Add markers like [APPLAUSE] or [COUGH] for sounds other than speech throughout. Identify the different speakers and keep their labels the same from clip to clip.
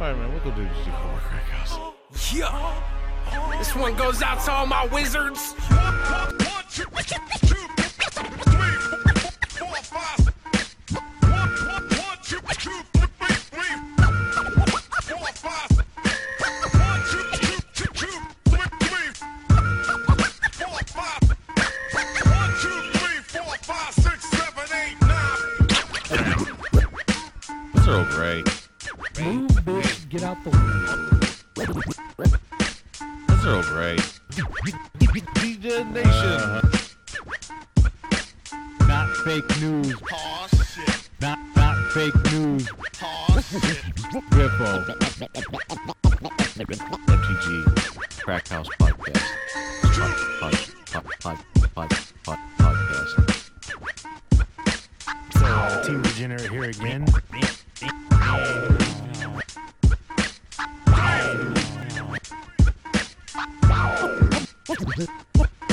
Speaker 1: Alright, man, we'll go do GG for Warcraft, guys.
Speaker 2: Yeah. This one goes out to all my wizards.
Speaker 1: That's Earl Grey.
Speaker 3: Move, bitch. Get out the way.
Speaker 1: That's Earl Grey. DJ Nation.
Speaker 3: Uh-huh. Not fake news.
Speaker 4: Aw, shit.
Speaker 3: Not not fake news.
Speaker 4: Aw, shit.
Speaker 3: Riffo.
Speaker 1: MTG Crack House Podcast. Pod, pod, pod, pod, pod, podcast.
Speaker 5: So, uh, Team Degenerate here again.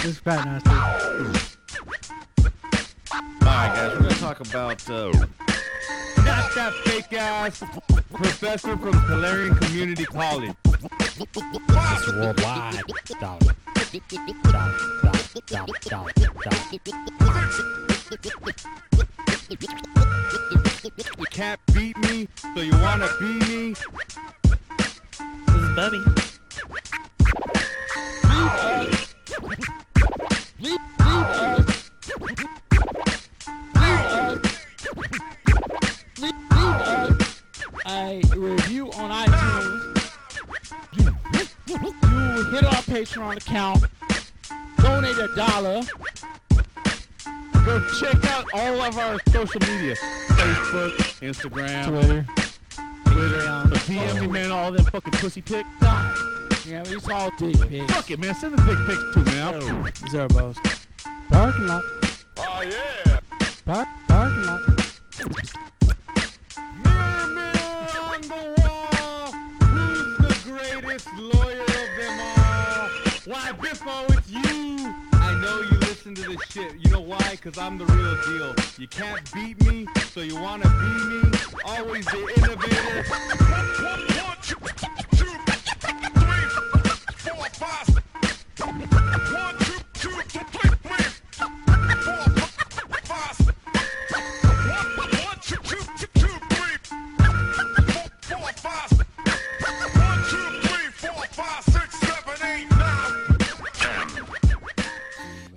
Speaker 3: This fat nasty.
Speaker 1: All right, guys, we're going to talk about. Uh,
Speaker 3: Not that fake ass professor from Calarian Community College.
Speaker 5: It's worldwide. Dog. Dog. Dog. Dog. Dog. Dog.
Speaker 3: You can't beat me, so you wanna be me?
Speaker 6: This is Bubby.
Speaker 7: a review on iTunes. You hit our Patreon account, donate a dollar.
Speaker 6: Go check out all of our social media. Facebook, Instagram,
Speaker 3: Twitter.
Speaker 6: Twitter. DM me, man, all them fucking pussy pics.
Speaker 7: Yeah, it's all dick pics.
Speaker 6: Fuck it, man. Send the big pics too, man.
Speaker 7: Zerbos.
Speaker 3: Parking lot.
Speaker 6: Oh,
Speaker 4: Aw, yeah.
Speaker 3: Park, parking lot.
Speaker 6: on the wall. Who's the greatest lawyer of them all? Why, Biffo, it's you. I know you listen to this shit. You know why? Because I'm the real deal. You can't beat me, so you want to be me. Always the innovator.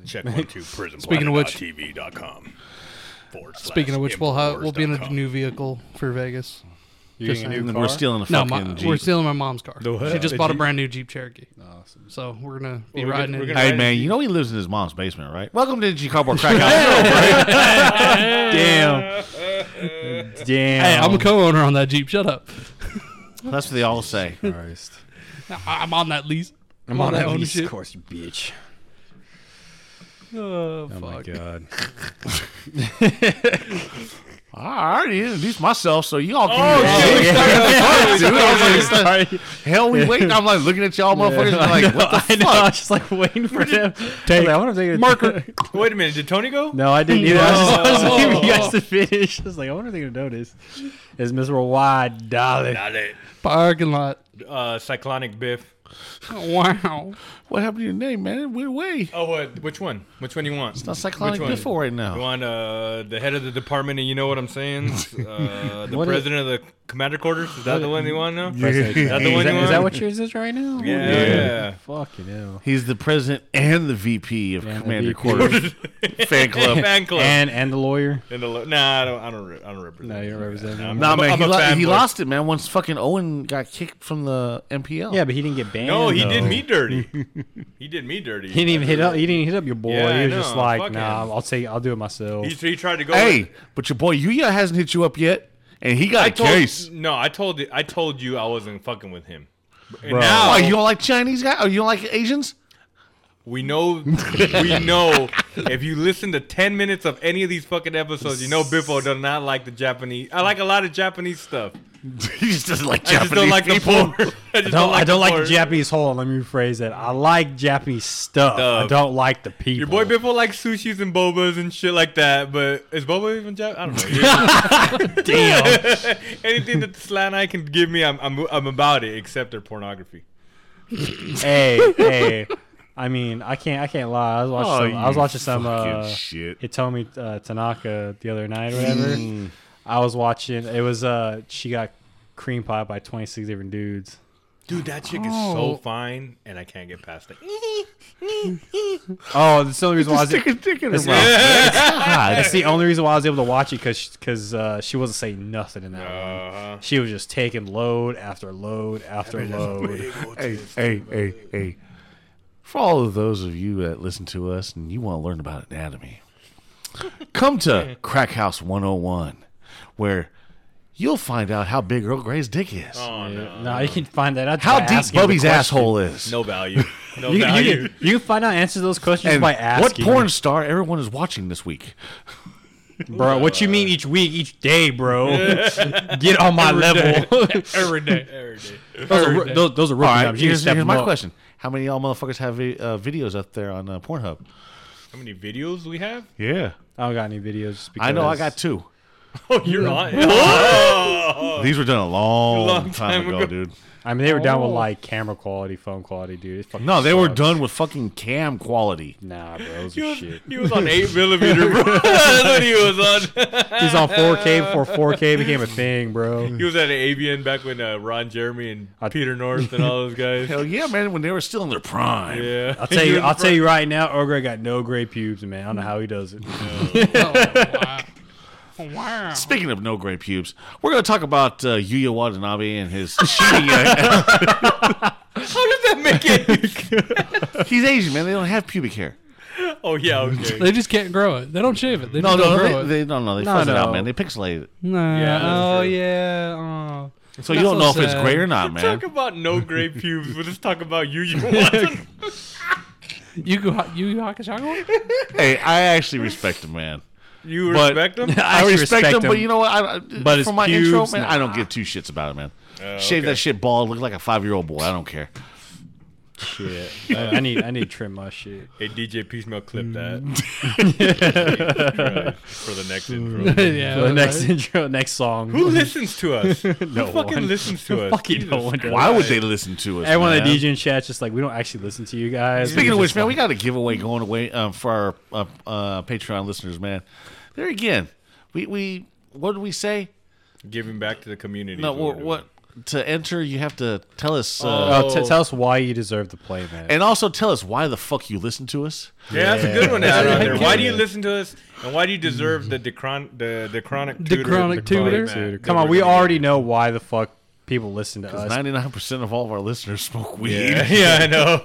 Speaker 8: Check one two prison.
Speaker 9: Speaking of which-
Speaker 8: TV.com. forward slash
Speaker 9: Speaking of which, we'll ha- we'll be in a
Speaker 8: importers.com.
Speaker 9: new vehicle for Vegas.
Speaker 5: You getting a new car?
Speaker 1: we're stealing a
Speaker 9: No,
Speaker 1: fucking
Speaker 9: my,
Speaker 1: Jeep.
Speaker 9: we're stealing my mom's car.
Speaker 5: The what?
Speaker 9: She just
Speaker 5: The
Speaker 9: bought a
Speaker 5: Jeep?
Speaker 9: brand new Jeep Cherokee,
Speaker 5: Awesome.
Speaker 9: so we're gonna be
Speaker 5: Well, we're
Speaker 9: riding
Speaker 5: gonna-
Speaker 9: it.
Speaker 5: we're
Speaker 1: Hey
Speaker 5: gonna-
Speaker 1: man, you know he lives in his mom's basement, right? Welcome to the G Cardboard Crack House.
Speaker 3: Damn. Damn.
Speaker 9: Hey, I'm
Speaker 1: um,
Speaker 9: a co-owner on that Jeep. Shut up.
Speaker 1: That's what they all say.
Speaker 5: Christ.
Speaker 9: I- I'm on that lease.
Speaker 5: I'm on that lease,
Speaker 9: ownership.
Speaker 5: of course, you bitch.
Speaker 9: Oh,
Speaker 5: Oh my
Speaker 9: fuck.
Speaker 5: god.
Speaker 1: I already introduced myself, so you all can. Oh, [LAUGHS] dude, I was like, it's the-
Speaker 5: Sorry.
Speaker 1: hell, we wait. I'm like looking at y'all, motherfuckers. and I'm like, what the
Speaker 5: I know. I was just like waiting for him. Take. I want to take a marker.
Speaker 8: [LAUGHS] Wait a minute, did Tony go?
Speaker 5: No, I
Speaker 1: [LAUGHS]
Speaker 5: didn't either. I was just, I was waiting for you guys to finish. I was like, I wonder if they're gonna notice. Is Mr. Wide Dolly?
Speaker 8: Not it.
Speaker 9: Parking lot.
Speaker 8: Uh, Cyclonic Biff.
Speaker 9: Wow.
Speaker 1: What happened to your name, man? We're away.
Speaker 8: Oh, what? Which one? Which one do you want?
Speaker 1: It's not cyclonic
Speaker 8: Which one?
Speaker 1: before right now.
Speaker 8: You want uh, the head of the department and you know what
Speaker 1: [LAUGHS]
Speaker 8: I'm saying? Uh, the
Speaker 5: What is-
Speaker 8: president of the commander quarters? Is that the one you want now? Yeah.
Speaker 5: Is
Speaker 8: the one
Speaker 5: that-
Speaker 8: you
Speaker 5: is that
Speaker 8: want?
Speaker 5: what yours is right now? Fucking hell.
Speaker 1: He's the president and the VP of
Speaker 5: And the
Speaker 1: Commander
Speaker 5: VP.
Speaker 1: Quarters
Speaker 8: [LAUGHS]
Speaker 1: Fan Club.
Speaker 8: Fan club.
Speaker 5: And and the lawyer.
Speaker 8: And the lo- nah, I don't, I don't, re- I don't represent.
Speaker 5: No, you're representing. him.
Speaker 1: Nah,
Speaker 8: I'm a-
Speaker 1: man,
Speaker 8: I'm
Speaker 1: he,
Speaker 8: a
Speaker 1: lo-
Speaker 8: fan
Speaker 1: he
Speaker 8: boy.
Speaker 1: lost it, man. Once fucking Owen got kicked from the MPL.
Speaker 5: Yeah, but he didn't get banned.
Speaker 8: No, he
Speaker 5: though.
Speaker 8: did me
Speaker 5: [LAUGHS]
Speaker 8: dirty. he did me dirty.
Speaker 5: He didn't even hit up. He didn't hit up your boy.
Speaker 8: Yeah, I
Speaker 5: he was
Speaker 8: know.
Speaker 5: just like,
Speaker 8: Fuck
Speaker 5: nah,
Speaker 8: him.
Speaker 5: I'll say I'll do it myself.
Speaker 8: He, he tried to go.
Speaker 1: Hey, but your boy Yuya hasn't hit you up yet, and he got
Speaker 8: I
Speaker 1: a
Speaker 8: told
Speaker 1: case.
Speaker 8: no, I told you, I told you I wasn't fucking with him. And
Speaker 5: Bro.
Speaker 8: now
Speaker 1: Why, you don't like Chinese guy? Or you don't like Asians? [LAUGHS]
Speaker 8: we know, we know. If you listen to ten minutes of any of these fucking episodes, you know Biffo does not like the Japanese. I like a lot of Japanese stuff.
Speaker 1: he just doesn't like
Speaker 8: I
Speaker 1: Japanese
Speaker 8: just don't like the
Speaker 1: people.
Speaker 8: poor. [LAUGHS] I just
Speaker 5: don't, I don't like
Speaker 8: poor.
Speaker 5: the Japanese hold. on, Let me rephrase that. I like Japanese stuff. I
Speaker 8: Stuff.
Speaker 5: don't like the people.
Speaker 8: Your boy Biffle likes sushis and bobas and shit like that, but is boba even Japanese? I [LAUGHS] don't know. Damn. Anything that the slant eye can give me, I'm, I'm, I'm about it, except their pornography.
Speaker 5: [LAUGHS] hey,
Speaker 8: [LAUGHS]
Speaker 5: hey. I mean, I can't. I can't lie. I was watching.
Speaker 8: Oh,
Speaker 5: some, I was
Speaker 1: you
Speaker 5: watching some.
Speaker 1: fucking
Speaker 5: Uh,
Speaker 1: shit.
Speaker 5: Hitomi uh, Tanaka the other night or whatever.
Speaker 8: Mm.
Speaker 5: I was watching. It was uh, she got cream pie by twenty six different dudes.
Speaker 8: Dude, that chick is so fine, and I can't get past it.
Speaker 5: Oh, that's the only reason why I was,
Speaker 1: Stick a dick in her
Speaker 5: that's,
Speaker 1: mouth.
Speaker 5: God, that's the only reason why I was able to watch it because because uh, she wasn't saying nothing in that one.
Speaker 1: Uh-huh.
Speaker 8: Uh,
Speaker 5: She was just taking load after load after load.
Speaker 1: hey, hey, hey, hey. For all of those of you that listen to us and you want to learn about anatomy, come to Crack House 101, where you'll find out how big Earl Grey's dick is,
Speaker 8: oh, no.
Speaker 5: No, you can find that out.
Speaker 1: how
Speaker 5: by
Speaker 1: deep
Speaker 5: asking the
Speaker 1: Bubby's
Speaker 5: question.
Speaker 1: asshole
Speaker 5: [LAUGHS]
Speaker 1: is,
Speaker 8: No value. [LAUGHS] No
Speaker 5: You, you,
Speaker 8: value. [LAUGHS]
Speaker 5: can, you can find out answers to those questions
Speaker 1: and
Speaker 5: by asking.
Speaker 1: what porn star everyone is watching this week.
Speaker 5: bro? What you mean each week, each day, bro? [LAUGHS] Get on my level.
Speaker 9: Every day.
Speaker 8: There it is.
Speaker 5: [LAUGHS] those, are, ro- those, those are rookie
Speaker 1: All right,
Speaker 5: numbers. You can
Speaker 1: here's,
Speaker 5: step
Speaker 1: here's
Speaker 5: them
Speaker 1: my
Speaker 5: up.
Speaker 1: question. How many of y'all motherfuckers have vi- uh, videos up there on uh, Pornhub?
Speaker 8: How many videos we
Speaker 5: [LAUGHS]
Speaker 8: have?
Speaker 1: Yeah.
Speaker 5: I don't got any videos. Just because
Speaker 1: I know I got two.
Speaker 8: Oh, you're on. [LAUGHS] Oh,
Speaker 1: These were done a long,
Speaker 8: Long
Speaker 1: time,
Speaker 8: time
Speaker 1: ago,
Speaker 8: ago.
Speaker 1: dude.
Speaker 5: I mean, they were down with like camera quality, phone quality, dude. It fucking
Speaker 1: Oh. No, they were
Speaker 5: sucks.
Speaker 1: done with fucking cam quality.
Speaker 5: Nah, bro, [LAUGHS] those
Speaker 8: he
Speaker 5: are
Speaker 8: was,
Speaker 5: Oh, shit.
Speaker 8: he was on
Speaker 5: [LAUGHS]
Speaker 8: eight millimeter, bro. [LAUGHS] That's what he was on.
Speaker 5: He's on 4K before 4K became a thing, bro.
Speaker 8: He was at AVN back when uh, Ron Jeremy and
Speaker 5: I-
Speaker 8: Peter North and all
Speaker 5: [LAUGHS]
Speaker 8: those guys.
Speaker 1: Hell yeah, man! When they were still in their prime.
Speaker 8: Yeah, [LAUGHS]
Speaker 5: I'll tell you, I'll tell you right now, Ogre got no gray pubes, man. I don't know how he does it.
Speaker 9: wow. wow.
Speaker 1: Speaking of no gray pubes, we're going to talk about uh, Yuya Watanabe and his cheating. [LAUGHS] uh,
Speaker 8: How does that make
Speaker 5: [LAUGHS]
Speaker 8: it?
Speaker 1: he's Asian, man. They don't have pubic hair.
Speaker 8: Oh yeah, okay.
Speaker 9: They just can't grow it. They don't shave it. They
Speaker 1: No,
Speaker 9: just
Speaker 1: no,
Speaker 9: don't
Speaker 1: no.
Speaker 9: grow
Speaker 1: They, they,
Speaker 9: it.
Speaker 1: no, no. They
Speaker 5: No,
Speaker 1: fuzz it out,
Speaker 5: no.
Speaker 1: man. They pixelate it.
Speaker 9: Nah.
Speaker 8: Yeah, that's
Speaker 9: oh
Speaker 8: true.
Speaker 9: yeah. Oh.
Speaker 1: So you
Speaker 9: That's
Speaker 1: don't
Speaker 9: so
Speaker 1: know if it's
Speaker 9: sad.
Speaker 1: gray or
Speaker 8: [LAUGHS]
Speaker 1: not, man.
Speaker 8: Talk about no
Speaker 5: [LAUGHS]
Speaker 8: gray pubes. We'll just talk about you. You want
Speaker 9: You go. You you Hakashago?
Speaker 1: hey, I actually respect the man.
Speaker 8: you
Speaker 1: But-
Speaker 8: respect them?
Speaker 1: [LAUGHS]
Speaker 5: [LAUGHS]
Speaker 1: I,
Speaker 5: actually
Speaker 1: respect,
Speaker 5: respect
Speaker 1: him, but
Speaker 5: him.
Speaker 1: you know what? I,
Speaker 5: But his
Speaker 1: from my intro,
Speaker 5: pubes,
Speaker 1: man,
Speaker 5: nah.
Speaker 1: I don't give two shits about it, man. Shave that shit bald, look like a five-year-old boy. I don't care.
Speaker 5: Shit, I, I need, I need to trim my shit.
Speaker 8: Hey DJ Piecemeal, clip
Speaker 5: [LAUGHS]
Speaker 8: that [LAUGHS] Christ, for the next
Speaker 5: [LAUGHS]
Speaker 8: intro.
Speaker 9: [LAUGHS] yeah.
Speaker 5: the
Speaker 9: right.
Speaker 5: next [LAUGHS] intro, next song.
Speaker 8: Who
Speaker 5: [LAUGHS]
Speaker 8: listens to us? Who fucking
Speaker 5: one.
Speaker 8: listens to us?
Speaker 5: Fucking no
Speaker 8: Jesus.
Speaker 5: one does.
Speaker 1: Why would they listen to us?
Speaker 5: Everyone
Speaker 1: man?
Speaker 5: in the DJ in chat's just like, we don't actually listen to you guys.
Speaker 1: Speaking of
Speaker 5: We
Speaker 1: which,
Speaker 5: just
Speaker 1: man, we
Speaker 5: like-
Speaker 1: got a giveaway going away um, for our uh, uh, Patreon listeners, man. There again, we, we what did we say?
Speaker 8: Giving back to the community.
Speaker 1: No,
Speaker 8: is we're
Speaker 1: what,
Speaker 8: doing.
Speaker 1: what to enter? You have to tell us, uh,
Speaker 5: Uh, t- tell us why you deserve the play, man.
Speaker 1: and also tell us why the fuck you listen to us.
Speaker 8: Yeah, that's a good one to add on there.
Speaker 1: Yeah.
Speaker 8: Why do you listen to us, and why do you deserve the dechron- the the chronic tutor?
Speaker 9: chronic
Speaker 8: that
Speaker 9: tutor.
Speaker 8: we're gonna
Speaker 5: Come on,
Speaker 8: get?
Speaker 5: we already know why the fuck people listen to us.
Speaker 1: Ninety-nine percent of all of our listeners smoke weed.
Speaker 8: Yeah, [LAUGHS] yeah, I know.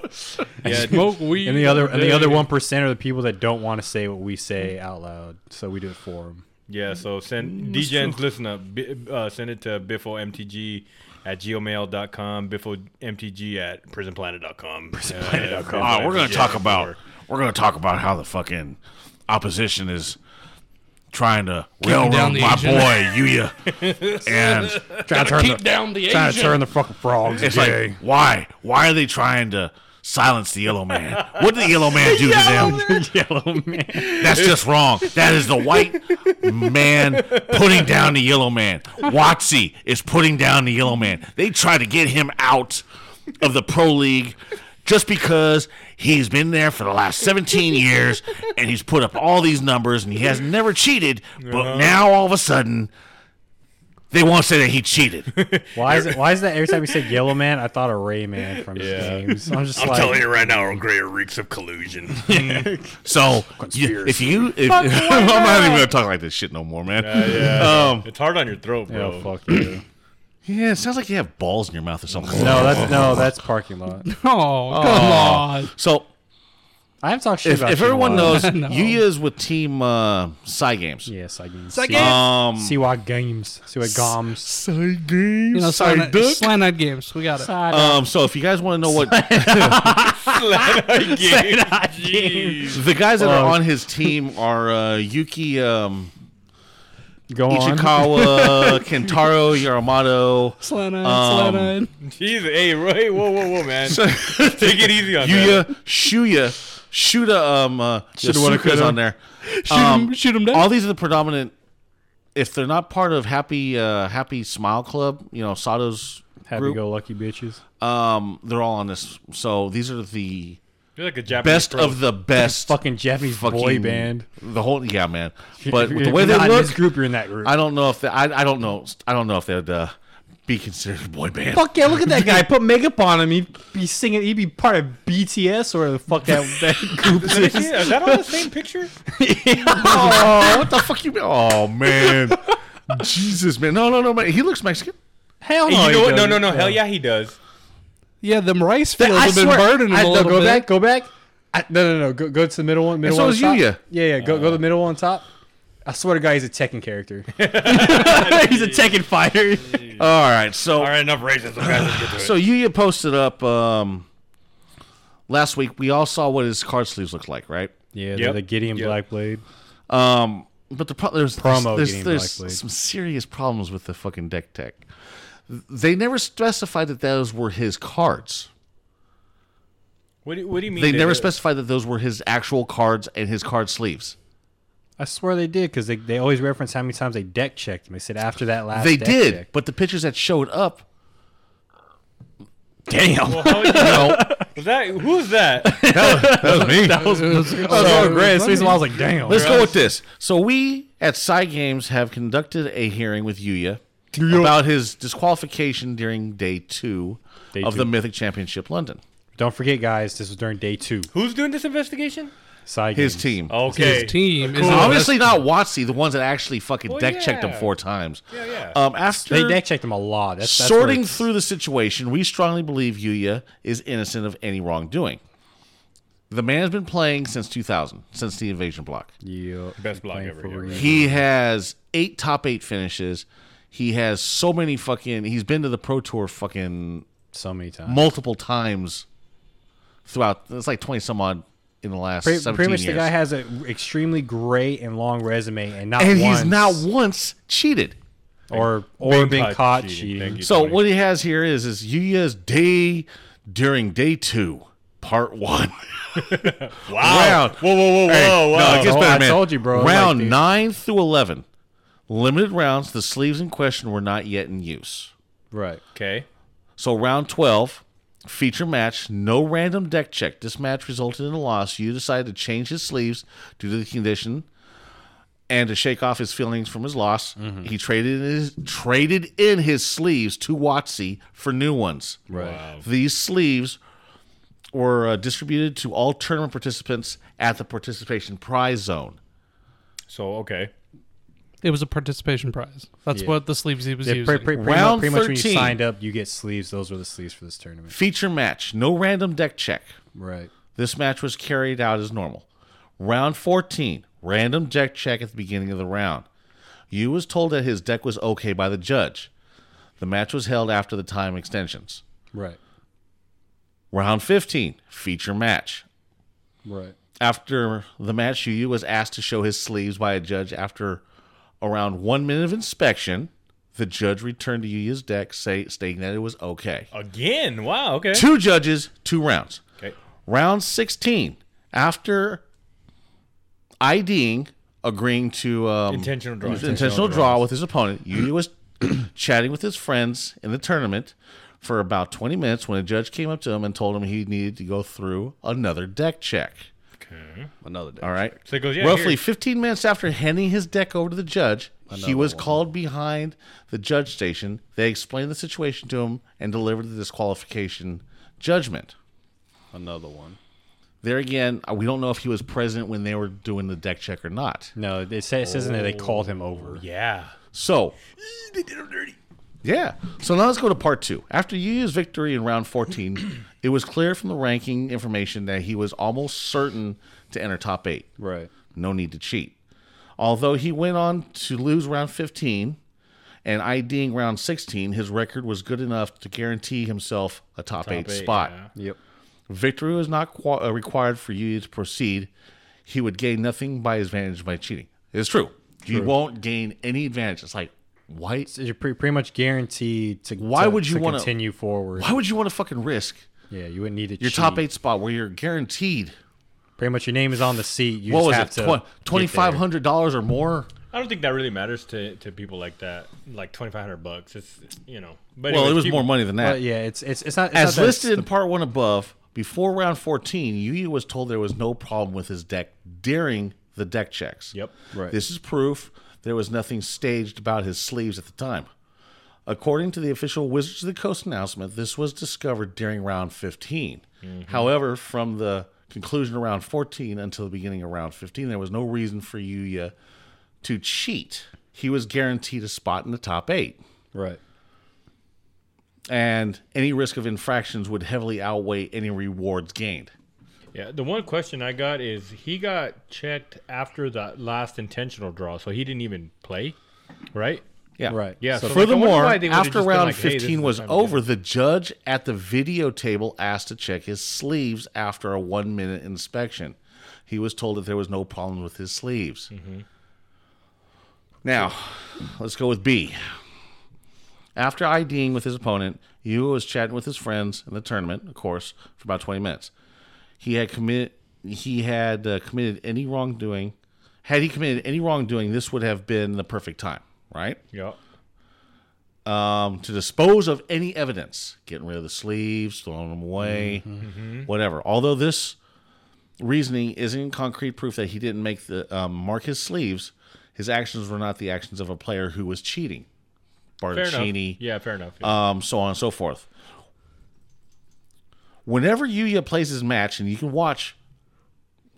Speaker 8: Yeah,
Speaker 9: Smoke weed.
Speaker 5: And the other and the
Speaker 9: all
Speaker 5: other
Speaker 9: day.
Speaker 5: one percent are the people that don't want to say what we say out loud, so we do it for them.
Speaker 8: yeah. So send DJs, listen up. B- uh, send it to biffomtg at geomail.com, biffomtg at prisonplanet.com. Prisonplanet.com.
Speaker 1: [LAUGHS] All right, we're gonna talk about we're gonna talk about how the fucking opposition is trying to railroad
Speaker 9: down the
Speaker 1: my
Speaker 9: Asian.
Speaker 1: boy Yuya,
Speaker 5: [LAUGHS]
Speaker 1: and
Speaker 5: Trying to turn
Speaker 9: Keep
Speaker 5: the,
Speaker 9: down the
Speaker 5: trying to
Speaker 9: Asian.
Speaker 5: turn the fucking frogs.
Speaker 1: It's like, why? Why are they trying to silence the yellow man? What did the yellow man [LAUGHS] do to them?
Speaker 5: yellow man.
Speaker 1: That's just wrong. That is the white man putting down the yellow man. Watsy is putting down the yellow man. They try to get him out of the pro league just because he's been there for the last 17 years and he's put up all these numbers and he has never cheated, but now all of a sudden they won't say that he cheated.
Speaker 5: Why is it? Why is that? Every time you said yellow man, I thought of Ray Man from his
Speaker 8: Yeah.
Speaker 5: games. I'm just like,
Speaker 4: you right now, Earl Grey reeks of collusion.
Speaker 1: So you, if you, if, [LAUGHS] I'm not even gonna talk like this shit no more, man. Um,
Speaker 8: Yeah, it's hard on your throat, bro.
Speaker 5: oh
Speaker 8: [LAUGHS]
Speaker 5: fuck you.
Speaker 1: Yeah, it sounds like you have balls in your mouth or something.
Speaker 5: No, that's no, that's parking lot.
Speaker 9: Oh, come on.
Speaker 1: So
Speaker 5: I have talked shit
Speaker 1: if,
Speaker 5: about
Speaker 1: if
Speaker 5: you a
Speaker 1: everyone
Speaker 5: lot.
Speaker 1: [LAUGHS] knows,
Speaker 9: No.
Speaker 1: Yuya is with Team uh, Psy Games.
Speaker 5: yes, I can
Speaker 9: Psy
Speaker 5: see-
Speaker 9: Games.
Speaker 1: Um,
Speaker 5: see why games, see what goms.
Speaker 1: Psy Games.
Speaker 9: You know,
Speaker 1: Psy
Speaker 9: slant
Speaker 1: Duck.
Speaker 9: slant eyed games. We got it.
Speaker 1: Um, so if you guys want to know what
Speaker 8: Jeez.
Speaker 1: [LAUGHS] the guys that are
Speaker 5: Well-
Speaker 1: on his team are, uh, Yuki um,
Speaker 5: Go
Speaker 1: [LAUGHS]
Speaker 5: on.
Speaker 1: Ichikawa, Kentaro, [LAUGHS] Yamato,
Speaker 9: Slana,
Speaker 1: Um,
Speaker 9: Slana.
Speaker 8: Jeez, hey, whoa, hey, whoa, whoa, whoa, man. Take it easy on
Speaker 1: Yuya, Shuya, Shuda, um, uh,
Speaker 5: woulda,
Speaker 1: Yasuka's
Speaker 5: coulda.
Speaker 1: on there. Um,
Speaker 9: Shoot, him, shoot him down.
Speaker 1: All these are the predominant. If they're not part of Happy uh, Happy Smile Club, you know Sato's
Speaker 5: Happy
Speaker 1: group,
Speaker 5: go lucky bitches.
Speaker 1: um, they're all on this. So these are the
Speaker 8: You're like a Japanese
Speaker 1: best
Speaker 8: pro. [LAUGHS]
Speaker 1: of the best.
Speaker 5: Fucking Japanese boy
Speaker 1: fucking-
Speaker 5: band.
Speaker 1: The whole yeah,
Speaker 5: [LAUGHS]
Speaker 1: man. But
Speaker 5: If
Speaker 1: with the
Speaker 5: you're
Speaker 1: way they
Speaker 5: not in
Speaker 1: look,
Speaker 5: this group, you're in that group.
Speaker 1: I don't know if they, I I don't know I don't know if they'd uh, be considered a boy band.
Speaker 5: Fuck yeah, look at that guy. Put makeup on him. He'd be singing. He'd be part of BTS or the fuck that, that group is.
Speaker 8: Yeah, is that on the same picture?
Speaker 1: [LAUGHS] oh, what the fuck you? been- Oh
Speaker 5: [LAUGHS]
Speaker 1: man, Jesus man, no no no man, he looks Mexican.
Speaker 5: Hell
Speaker 8: Hey,
Speaker 5: no.
Speaker 8: you know
Speaker 5: he
Speaker 8: what? No, no,
Speaker 5: doesn't.
Speaker 8: no. Hell Oh, yeah, he does.
Speaker 9: yeah, them rice
Speaker 5: Th-
Speaker 9: fields have been burning
Speaker 5: I-
Speaker 9: a
Speaker 5: no,
Speaker 9: little
Speaker 5: go
Speaker 9: bit.
Speaker 5: back. Go back. I, no, no, no. Go, go to the middle one. Middle
Speaker 1: so
Speaker 5: one
Speaker 1: is
Speaker 5: on top.
Speaker 1: Yuya.
Speaker 5: Yeah, Uh. yeah. Go, go to the middle one on top. I swear to God, he's a Tekken [LAUGHS] character. he's a Tekken fighter.
Speaker 1: All right, so
Speaker 8: All right, enough racism, guys. Let's get to it.
Speaker 1: so Yuya posted up um, last week. We all saw what his card sleeves look like, right?
Speaker 5: Yeah,
Speaker 8: Yep.
Speaker 5: the Gideon
Speaker 8: Yep.
Speaker 5: Blackblade.
Speaker 1: Um, but the pro- there's
Speaker 5: Promo
Speaker 1: there's,
Speaker 5: getting
Speaker 1: there's,
Speaker 5: Blackblade.
Speaker 1: there's some serious problems with the fucking deck tech. They never specified that those were his cards.
Speaker 8: what, do, what do you mean?
Speaker 1: They never
Speaker 8: did?
Speaker 1: specified that those were his actual cards and his card sleeves.
Speaker 5: I swear they did because they, they always reference how many times they deck checked him. They said after that last.
Speaker 1: they
Speaker 5: deck
Speaker 1: did,
Speaker 5: check.
Speaker 1: but the pictures that showed up. Damn,
Speaker 8: Well,
Speaker 1: [LAUGHS]
Speaker 8: how you know? Was that who's
Speaker 1: [LAUGHS]
Speaker 8: that? [LAUGHS]
Speaker 1: that was me.
Speaker 5: Oh, great. So he's- I was like, damn.
Speaker 1: Let's go with this. So we at Psy Games have conducted a hearing with Yuya about his disqualification during day two
Speaker 5: Day
Speaker 1: of
Speaker 5: two.
Speaker 1: the Mythic Championship London.
Speaker 5: Don't forget, guys, this was during day two.
Speaker 8: Who's doing this investigation?
Speaker 5: Side
Speaker 1: His
Speaker 5: games.
Speaker 1: team.
Speaker 8: Okay.
Speaker 9: His team is
Speaker 1: It's
Speaker 9: the
Speaker 1: Obviously not Watsy, the ones that actually fucking
Speaker 8: Oh, Well,
Speaker 1: deck checked him
Speaker 8: yeah.
Speaker 1: four times.
Speaker 8: Yeah, yeah.
Speaker 1: Um, after
Speaker 5: They deck checked him a lot. That's, that's where
Speaker 1: sorting
Speaker 5: it's-
Speaker 1: through the situation, we strongly believe Yuya is innocent of any wrongdoing. The man has been playing since 2000, since the invasion block.
Speaker 5: Yeah.
Speaker 8: Best block
Speaker 5: Playing
Speaker 8: ever.
Speaker 5: for
Speaker 8: yeah,
Speaker 5: real.
Speaker 8: right.
Speaker 1: He has eight top eight finishes. He has so many fucking. He's been to the Pro Tour fucking
Speaker 5: so many times.
Speaker 1: multiple times throughout. It's like 20 some odd in the last
Speaker 5: Pretty,
Speaker 1: 17
Speaker 5: pretty much
Speaker 1: years.
Speaker 5: the guy has an extremely gray and long resume and not
Speaker 1: and
Speaker 5: once,
Speaker 1: he's not once cheated.
Speaker 5: or or been,
Speaker 8: caught
Speaker 5: caught
Speaker 8: cheating.
Speaker 5: cheating.
Speaker 8: Thank you.
Speaker 1: So
Speaker 8: Tony.
Speaker 1: what he has here is is Yuya's day during day two, part one.
Speaker 8: [LAUGHS] Wow.
Speaker 1: Round.
Speaker 8: Whoa, whoa, whoa,
Speaker 1: Hey,
Speaker 8: whoa,
Speaker 1: no,
Speaker 8: whoa.
Speaker 1: it gets
Speaker 5: Oh,
Speaker 1: better,
Speaker 5: I
Speaker 1: man.
Speaker 5: told you, bro. I like
Speaker 1: Round
Speaker 5: these.
Speaker 1: nine through eleven, limited rounds. The sleeves in question were not yet in use.
Speaker 5: Right.
Speaker 8: okay.
Speaker 1: So round twelve, feature match, no random deck check. This match resulted in a loss. You decided to change his sleeves due to the condition. And to shake off his feelings from his loss, he traded in his traded in his sleeves to Watsy for new ones.
Speaker 5: Right.
Speaker 1: These sleeves were uh, distributed to all tournament participants at the participation prize zone.
Speaker 8: So okay.
Speaker 9: It was a participation prize. That's
Speaker 5: Yeah.
Speaker 9: what the sleeves he was
Speaker 5: Yeah, pre-
Speaker 9: using.
Speaker 5: pre- pretty mu-
Speaker 1: Round
Speaker 5: pretty much when you
Speaker 1: 13.
Speaker 5: signed up, you get sleeves. Those were the sleeves for this tournament.
Speaker 1: Feature match, no random deck check.
Speaker 5: Right.
Speaker 1: This match was carried out as normal. Round 14, random deck check at the beginning of the round. Yu was told that his deck was okay by the judge. The match was held after the time extensions.
Speaker 5: Right.
Speaker 1: Round 15, feature match.
Speaker 5: Right.
Speaker 1: After the match, Yu Yu was asked to show his sleeves by a judge. After around one minute of inspection, the judge returned to Yu Yu's deck, say, stating that it was okay.
Speaker 8: Again. Wow. Okay.
Speaker 1: Two judges, two rounds.
Speaker 8: Okay.
Speaker 1: Round 16, after IDing, agreeing to um,
Speaker 8: Intentional draw.
Speaker 1: intentional, draw with his opponent, Yu
Speaker 8: [CLEARS THROAT]
Speaker 1: Yu was chatting with his friends in the tournament for about 20 minutes when a judge came up to him and told him he needed to go through another deck check.
Speaker 10: Another day.
Speaker 1: All right.
Speaker 8: So it goes, yeah,
Speaker 1: Roughly
Speaker 8: here.
Speaker 1: 15 minutes after handing his deck over to the judge, he was called behind the judge station. They explained the situation to him and delivered the disqualification judgment.
Speaker 10: Another one.
Speaker 1: There again, uh, we don't know if he was present when they were doing the deck check or not.
Speaker 5: No, it, say, it says in there they called him over.
Speaker 8: Yeah.
Speaker 1: So they did him dirty. Yeah. So now let's go to part two. After Yuya's victory in round [CLEARS THROAT] 14, it was clear from the ranking information that he was almost certain to enter top eight.
Speaker 5: Right.
Speaker 1: No need to cheat. Although he went on to lose round 15 and IDing round 16, his record was good enough to guarantee himself a top, eight, spot.
Speaker 8: yeah.
Speaker 5: Yep.
Speaker 1: Victory was not qua- uh, required for Yuya to proceed. He would gain nothing by his advantage by cheating. It's true. You won't gain any advantage. It's like white.
Speaker 5: you're pre- pretty much guaranteed to.
Speaker 1: Why
Speaker 5: to-
Speaker 1: would you
Speaker 5: to
Speaker 1: wanna-
Speaker 5: continue forward?
Speaker 1: Why would you want to fucking risk
Speaker 5: yeah, you wouldn't need to.
Speaker 1: your
Speaker 5: cheat.
Speaker 1: top eight spot where you're guaranteed?
Speaker 5: Pretty much, your name is on the seat. You
Speaker 1: what
Speaker 5: just
Speaker 1: was
Speaker 5: have
Speaker 1: it?
Speaker 5: to
Speaker 1: Tw-
Speaker 5: get there.
Speaker 1: Twenty five hundred dollars or more.
Speaker 8: I don't think that really matters to, to people like that. Like twenty five hundred bucks. It's you know. But
Speaker 1: well,
Speaker 8: anyways,
Speaker 1: it was
Speaker 8: keep-
Speaker 1: more money than that.
Speaker 5: But yeah, it's it's it's not it's
Speaker 1: As
Speaker 5: not that it's
Speaker 1: listed in part one above, before round 14, Yuya was told there was no problem with his deck during the deck checks.
Speaker 8: Yep.
Speaker 10: Right.
Speaker 1: This is proof there was nothing staged about his sleeves at the time. According to the official Wizards of the Coast announcement, this was discovered during round 15. However, from the conclusion of round 14 until the beginning of round 15, there was no reason for Yuya to cheat. He was guaranteed a spot in the top eight
Speaker 10: Right.
Speaker 1: and any risk of infractions would heavily outweigh any rewards gained.
Speaker 8: Yeah, the one question I got is he got checked after the last intentional draw, so he didn't even play, right?
Speaker 1: Yeah.
Speaker 5: Right.
Speaker 8: Yeah.
Speaker 5: So
Speaker 8: So, like, I wonder
Speaker 1: Furthermore,
Speaker 8: why they would've just
Speaker 1: after
Speaker 8: been
Speaker 1: round
Speaker 8: like, hey, this
Speaker 1: 15
Speaker 8: is the
Speaker 1: was
Speaker 8: time to do
Speaker 1: over,
Speaker 8: it.
Speaker 1: the judge at the video table asked to check his sleeves after a one minute inspection. He was told that there was no problem with his sleeves.
Speaker 8: Mm-hmm.
Speaker 1: Now, let's go with B. After IDing with his opponent, Yu was chatting with his friends in the tournament, of course, for about 20 minutes. He had committed he had uh, committed any wrongdoing. Had he committed any wrongdoing, this would have been the perfect time, right?
Speaker 8: Yeah.
Speaker 1: um, to dispose of any evidence, getting rid of the sleeves, throwing them away,
Speaker 8: Mm-hmm.
Speaker 1: whatever. Although this reasoning isn't concrete proof that he didn't make the um, mark his sleeves, his actions were not the actions of a player who was cheating,
Speaker 8: Fair enough.
Speaker 1: Bartocini,
Speaker 8: Yeah, fair enough. yeah.
Speaker 1: um, so on and so forth. Whenever Yuya plays his match, and you can watch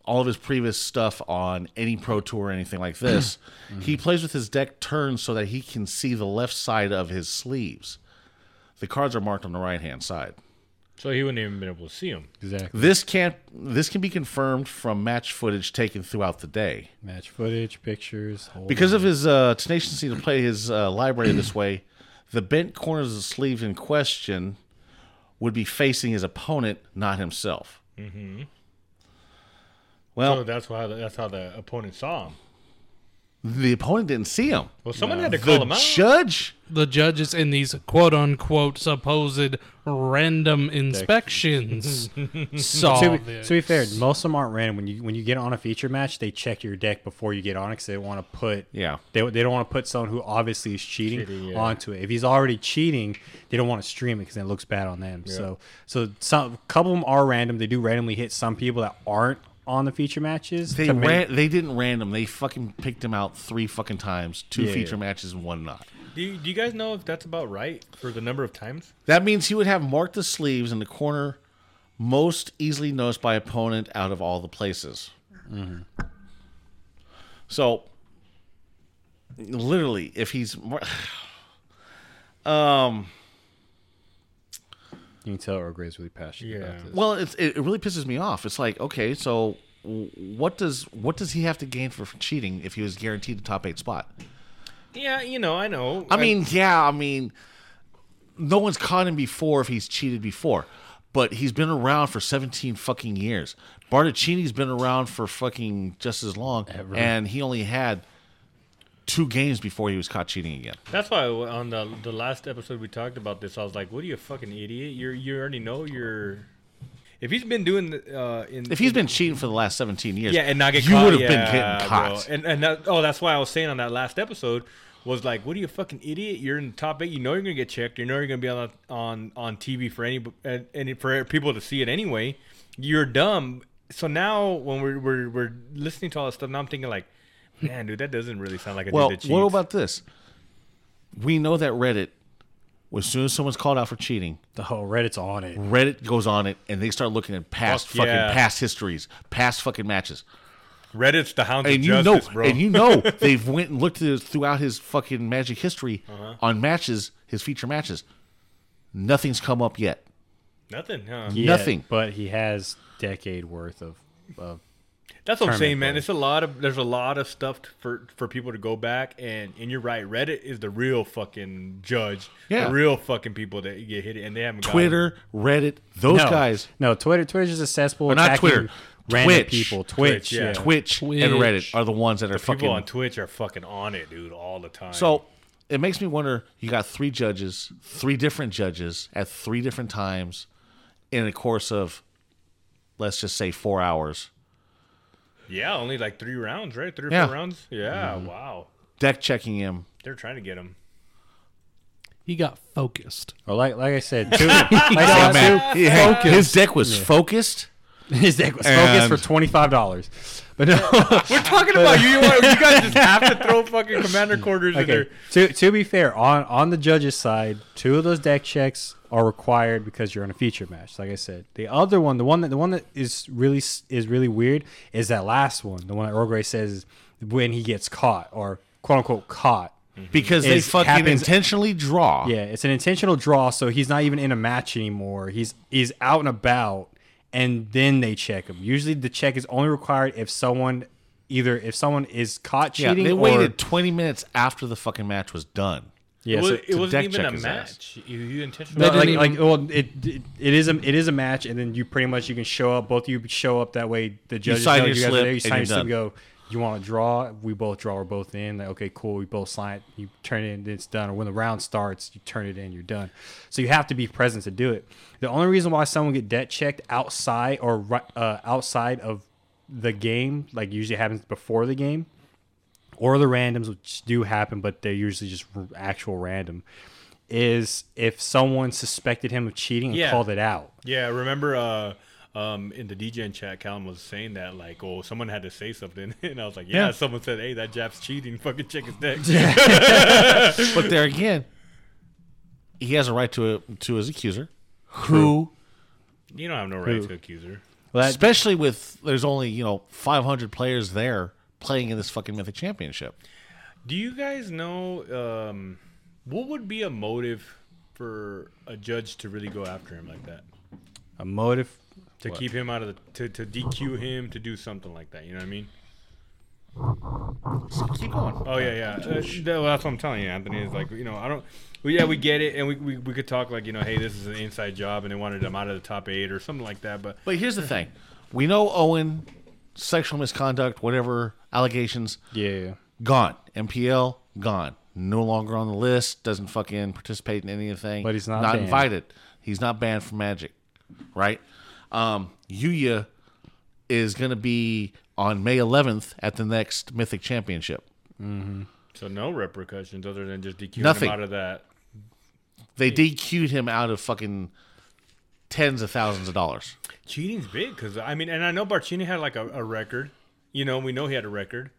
Speaker 1: all of his previous stuff on any pro tour or anything like this, he plays with his deck turned so that he can see the left side of his sleeves. The cards are marked on the right hand side.
Speaker 8: so he wouldn't even been able to see him.
Speaker 5: exactly
Speaker 1: This can't. This can be confirmed from match footage taken throughout the day.
Speaker 5: match footage, pictures. whole
Speaker 1: Because of his uh, tenacity to play his uh, library this way, the bent corners of the sleeve in question would be facing his opponent, not himself. Mm-hmm. Well,
Speaker 8: So that's why that's how the opponent saw him.
Speaker 1: the opponent didn't see him.
Speaker 8: Well, someone had to call him
Speaker 1: The
Speaker 8: out.
Speaker 1: judge
Speaker 9: The judges in these quote unquote supposed random inspections [LAUGHS] saw
Speaker 5: To be,
Speaker 9: this.
Speaker 5: to be fair, most of them aren't random. When you when you get on a feature match, they check your deck before you get on it because they want to put
Speaker 1: Yeah.
Speaker 5: they, they don't want to put someone who obviously is cheating,
Speaker 8: Cheating, yeah.
Speaker 5: onto it. If he's already cheating, they don't want to stream it because it looks bad on them. So so some couple of them are random. They do randomly hit some people that aren't on the feature matches.
Speaker 1: they
Speaker 5: to make-
Speaker 1: ran, they didn't random. They fucking picked him out three fucking times, two feature matches and one not.
Speaker 8: Do you, do you guys know if that's about right for the number of times?
Speaker 1: That means he would have marked the sleeves in the corner most easily noticed by opponent out of all the places. Mm-hmm. So, literally, if he's mar- um,
Speaker 5: you can tell Earl Grey's really passionate
Speaker 8: Yeah.
Speaker 5: about this.
Speaker 1: well, it's, it it really pisses me off. It's like, okay, so w- what does what does he have to gain for cheating if he was guaranteed a top eight spot?
Speaker 8: Yeah, you know, I know.
Speaker 1: I mean, yeah, I mean, no one's caught him before if he's cheated before, but he's been around for 17 fucking years. Bartocini's been around for fucking just as long, and he only had two games before he was caught cheating again.
Speaker 8: That's why on the the last episode we talked about this, I was like, "What are you a fucking idiot? You you already know you're." If he's been doing uh, in
Speaker 1: If he's
Speaker 8: in-
Speaker 1: been cheating for the last 17 years,
Speaker 8: yeah, and not get
Speaker 1: you
Speaker 8: caught,
Speaker 1: would have
Speaker 8: yeah,
Speaker 1: been getting
Speaker 8: bro.
Speaker 1: caught.
Speaker 8: And and that, oh, that's why I was saying on that last episode was like, "What are you a fucking idiot? You're in the top eight. You know you're gonna get checked. You know you're gonna be on on on TV for any and, and for people to see it anyway. You're dumb." So now when we're we're, we're listening to all this stuff, now I'm thinking like, "Man, dude, that doesn't really sound like a
Speaker 1: Well,
Speaker 8: dude that
Speaker 1: what
Speaker 8: cheats."
Speaker 1: about this? We know that Reddit, as soon as someone's called out for cheating,
Speaker 5: The whole Reddit's on it.
Speaker 1: Reddit goes on it and they start looking at past
Speaker 8: Fuck
Speaker 1: fucking
Speaker 8: yeah.
Speaker 1: past histories, past fucking matches.
Speaker 8: Reddit's the hound of
Speaker 1: and you
Speaker 8: justice,
Speaker 1: know,
Speaker 8: bro.
Speaker 1: and you know,
Speaker 8: [LAUGHS]
Speaker 1: they've went and looked at his, throughout his fucking Magic history
Speaker 8: Uh-huh.
Speaker 1: on matches, his feature matches. Nothing's come up yet.
Speaker 8: Nothing, huh?
Speaker 5: yet,
Speaker 1: Nothing.
Speaker 5: but he has decade worth of. of
Speaker 8: That's what I'm
Speaker 5: tournament
Speaker 8: saying, man.
Speaker 5: play.
Speaker 8: It's a lot of there's a lot of stuff t- for for people to go back and and you're right. Reddit is the real fucking judge.
Speaker 1: Yeah.
Speaker 8: the real fucking people that get hit and they haven't. got it.
Speaker 1: Twitter, Reddit, those
Speaker 5: no,
Speaker 1: guys.
Speaker 5: No, Twitter. Twitter's just a cesspool.
Speaker 1: Or not
Speaker 5: attacking-
Speaker 1: Twitter.
Speaker 5: Random
Speaker 1: Twitch,
Speaker 5: people, Twitch,
Speaker 8: Twitch, yeah.
Speaker 1: Twitch, and Reddit are the ones that are fucking.
Speaker 8: People on Twitch are fucking on it, dude, all the time.
Speaker 1: So it makes me wonder. You got three judges, three different judges at three different times, in a course of, let's just say, four hours.
Speaker 8: yeah, only like three rounds, right? Three or
Speaker 1: Yeah. Mm-hmm.
Speaker 8: four rounds. Yeah, wow.
Speaker 1: Deck checking him.
Speaker 8: They're trying to get him.
Speaker 9: He got focused.
Speaker 5: Or like like
Speaker 1: [LAUGHS]
Speaker 5: I said, two, like I said,
Speaker 1: Man, he- hey, his deck was focused.
Speaker 5: two- [LAUGHS] his deck was
Speaker 1: And-
Speaker 5: focused for twenty five dollars.
Speaker 1: [LAUGHS]
Speaker 5: But no,
Speaker 8: We're talking about you. You guys just have to throw fucking commander quarters in
Speaker 5: okay.
Speaker 8: there.
Speaker 5: To to be fair, on on the judges' side, two of those deck checks are required because you're on a feature match. Like I said, the other one, the one that the one that is really s- is really weird is that last one, the one that Earl Grey says is when he gets caught or quote unquote caught.
Speaker 1: because they
Speaker 5: It's-
Speaker 1: fucking
Speaker 5: happens-
Speaker 1: intentionally draw.
Speaker 5: Yeah, it's an intentional draw, so he's not even in a match anymore. He's he's out and about, and then they check him. Usually, the check is only required if someone either if someone is caught
Speaker 1: Yeah,
Speaker 5: cheating.
Speaker 1: they
Speaker 5: or,
Speaker 1: waited 20 minutes after the fucking match was done.
Speaker 5: Yeah,
Speaker 8: it,
Speaker 5: so-
Speaker 8: was,
Speaker 1: to
Speaker 8: not
Speaker 1: deck
Speaker 8: even
Speaker 1: check
Speaker 8: a
Speaker 1: his
Speaker 8: match. You, you intentionally.
Speaker 5: No,
Speaker 9: They
Speaker 5: like,
Speaker 9: didn't
Speaker 5: like,
Speaker 9: even-
Speaker 5: well, it, it it is a it is a match, and then you pretty much you can show up. Both of you show up that way. The judges
Speaker 1: sign
Speaker 5: know
Speaker 1: your
Speaker 5: you guys are
Speaker 1: slip,
Speaker 5: there. You
Speaker 1: and
Speaker 5: sign your
Speaker 1: you're
Speaker 5: slip.
Speaker 1: done.
Speaker 5: and Go. You want to draw? We both draw. We're both in. Like, okay, cool. We both sign. it, You turn it in. It's done. Or when the round starts, you turn it in. You're done. So you have to be present to do it. The only reason why someone get debt checked outside or ri- uh, outside of the game, like usually happens before the game, or the randoms, which do happen, but they're usually just r- actual random, is if someone suspected him of cheating and
Speaker 8: Yeah.
Speaker 5: called it out.
Speaker 8: Yeah, remember uh, um, in the DJing chat, Callum was saying that like, oh, someone had to say something, [LAUGHS] and I was like, yeah, someone said, hey, that Jap's cheating. [LAUGHS] Fucking check his deck.
Speaker 1: But there again, he has a right to to his accuser, who,
Speaker 8: you don't have no right to accuse her.
Speaker 5: But-
Speaker 1: especially with there's only you know 500 players there playing in this fucking mythic championship.
Speaker 8: Do you guys know um, what would be a motive for a judge to really go after him like that?
Speaker 5: A motive.
Speaker 8: To keep him out of the to, to DQ him to do something like that. You know what I mean?
Speaker 1: Keep going.
Speaker 8: Oh yeah, yeah. Uh, that- well, that's what I'm telling you, Anthony. Is like you know I don't. Well, yeah, we get it, and we, we we could talk like you know, hey, this is an inside job, and they wanted him out of the top eight or something like that. But
Speaker 1: But here's the thing: we know Owen sexual misconduct, whatever allegations,
Speaker 5: Yeah.
Speaker 1: gone. MPL gone. No longer on the list. Doesn't fucking participate in anything.
Speaker 5: But he's not banned.
Speaker 1: invited. He's not banned from Magic, right? Um, Yuya is gonna be on May 11th at the next Mythic Championship.
Speaker 8: so no repercussions other than just DQing
Speaker 1: Nothing.
Speaker 8: him out of that.
Speaker 1: They DQ'd him out of fucking tens of thousands of dollars.
Speaker 8: Cheating's big because I mean, and I know Barcini had like a, a record. You know, we know he had a record,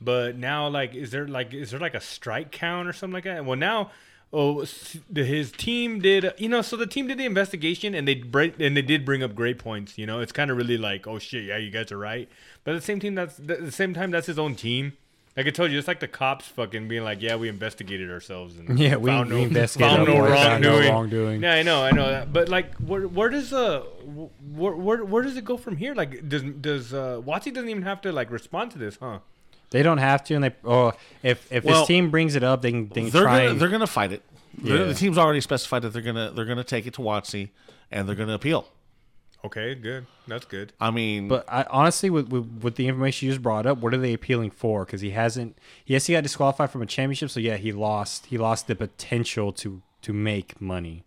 Speaker 8: but now like, is there like is there like a strike count or something like that? Well, now. Oh, s- the- his team did. You know, so the team did the investigation, and they br- and they did bring up great points. You know, it's kind of really like, oh shit, yeah, you guys are right. But at the same team, that's at the same time, that's his own team. Like I told you, it's like the cops fucking being like, yeah, we investigated ourselves and
Speaker 5: [LAUGHS] [LAUGHS] Yeah, we-
Speaker 8: found
Speaker 5: we
Speaker 8: no,
Speaker 5: investigated
Speaker 8: found
Speaker 5: our
Speaker 8: no
Speaker 5: boys, found no
Speaker 8: wrongdoing.
Speaker 5: wrongdoing.
Speaker 8: Yeah, I know, I know that. But like, where where does uh wh- where where, where does it go from here? Like, does does uh, Watsy doesn't even have to like respond to this, huh?
Speaker 5: They don't have to, and they or if if
Speaker 1: Well,
Speaker 5: his team brings it up, they can, they can
Speaker 1: they're
Speaker 5: try.
Speaker 1: gonna,
Speaker 5: and-
Speaker 1: they're gonna fight it. They're-
Speaker 5: Yeah.
Speaker 1: The team's already specified that they're gonna they're gonna take it to Watsy and they're gonna appeal.
Speaker 8: Okay, good. That's good.
Speaker 1: I mean,
Speaker 5: but I, honestly, with, with with the information you just brought up, what are they appealing for? Because he hasn't. Yes, he got disqualified from a championship, so yeah, he lost. He lost the potential to to make money,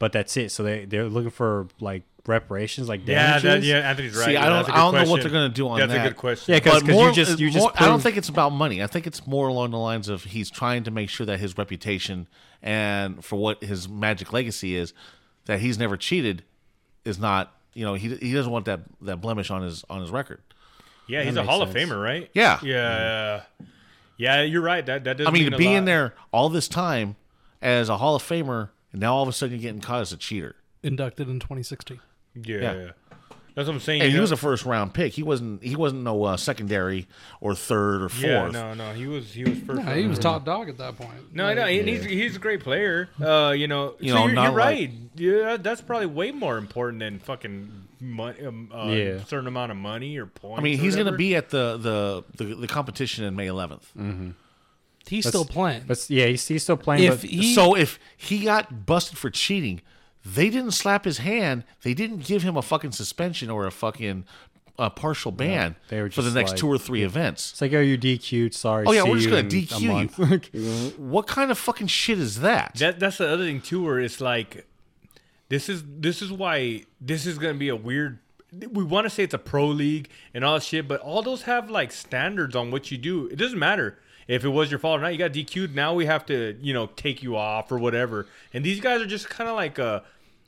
Speaker 5: but that's it. So they they're looking for like reparations, like damages.
Speaker 8: Anthony's
Speaker 1: See, I don't-
Speaker 8: That's a
Speaker 1: I don't know what
Speaker 8: question.
Speaker 1: they're gonna do on
Speaker 8: That's
Speaker 1: that.
Speaker 8: a good question.
Speaker 5: Yeah, because
Speaker 1: But more-
Speaker 5: you just you
Speaker 1: it's
Speaker 5: just
Speaker 1: more- I don't
Speaker 5: put-
Speaker 1: think it's about money. I think it's more along the lines of he's trying to make sure that his reputation and for what his magic legacy is, that he's never cheated, is not. You know, he he doesn't want that that blemish on his on his record.
Speaker 8: yeah, he's
Speaker 5: That
Speaker 8: a Hall
Speaker 5: makes
Speaker 8: of
Speaker 5: sense.
Speaker 8: Famer, right? Mm-hmm.
Speaker 1: Yeah.
Speaker 8: Yeah. Yeah, you're right. That that does.
Speaker 1: I mean,
Speaker 8: a
Speaker 1: to be in
Speaker 8: lot.
Speaker 1: there all this time as a Hall of Famer, and now all of a sudden you're getting caught as a cheater.
Speaker 9: Inducted in 2016.
Speaker 8: Yeah.
Speaker 1: Yeah.
Speaker 8: That's what I'm saying.
Speaker 1: And
Speaker 8: you
Speaker 1: he
Speaker 8: know-
Speaker 1: was a first round pick. He wasn't. He wasn't no uh, secondary or third or fourth.
Speaker 8: Yeah, no, no, he was he was first.
Speaker 9: Yeah, he was top dog at that point.
Speaker 8: No, I know. And he's, he's a great player. Uh, you know,
Speaker 1: You
Speaker 8: so
Speaker 1: know,
Speaker 8: you're,
Speaker 1: not
Speaker 8: you're
Speaker 1: like-
Speaker 8: right. yeah, that's probably way more important than fucking money, um, uh,
Speaker 5: Yeah.
Speaker 8: certain amount of money or points.
Speaker 1: I mean,
Speaker 8: or
Speaker 1: he's going to
Speaker 8: whatever.
Speaker 1: be at the the, the the competition in May 11th.
Speaker 9: He's still playing.
Speaker 5: But s- yeah, he's, he's still playing.
Speaker 9: if
Speaker 5: but,
Speaker 9: he,
Speaker 1: so if he got busted for cheating, they didn't slap his hand. They didn't give him a fucking suspension or a fucking a partial ban
Speaker 5: they were
Speaker 1: for the
Speaker 5: just
Speaker 1: next
Speaker 5: like-
Speaker 1: two or three events.
Speaker 5: It's like, oh, you're DQ'd. Sorry.
Speaker 1: Oh yeah,
Speaker 5: see
Speaker 1: we're just
Speaker 5: you
Speaker 1: gonna
Speaker 5: in a month. [LAUGHS]
Speaker 1: DQ [LAUGHS] you. what kind of fucking shit is that?
Speaker 8: That that's the other thing too, where it's like, this is this is why this is gonna be a weird. We want to say it's a pro league and all that shit, but all those have like standards on what you do. It doesn't matter if it was your fault or not. You got DQ'd. Now we have to you know take you off or whatever. And these guys are just kind of like uh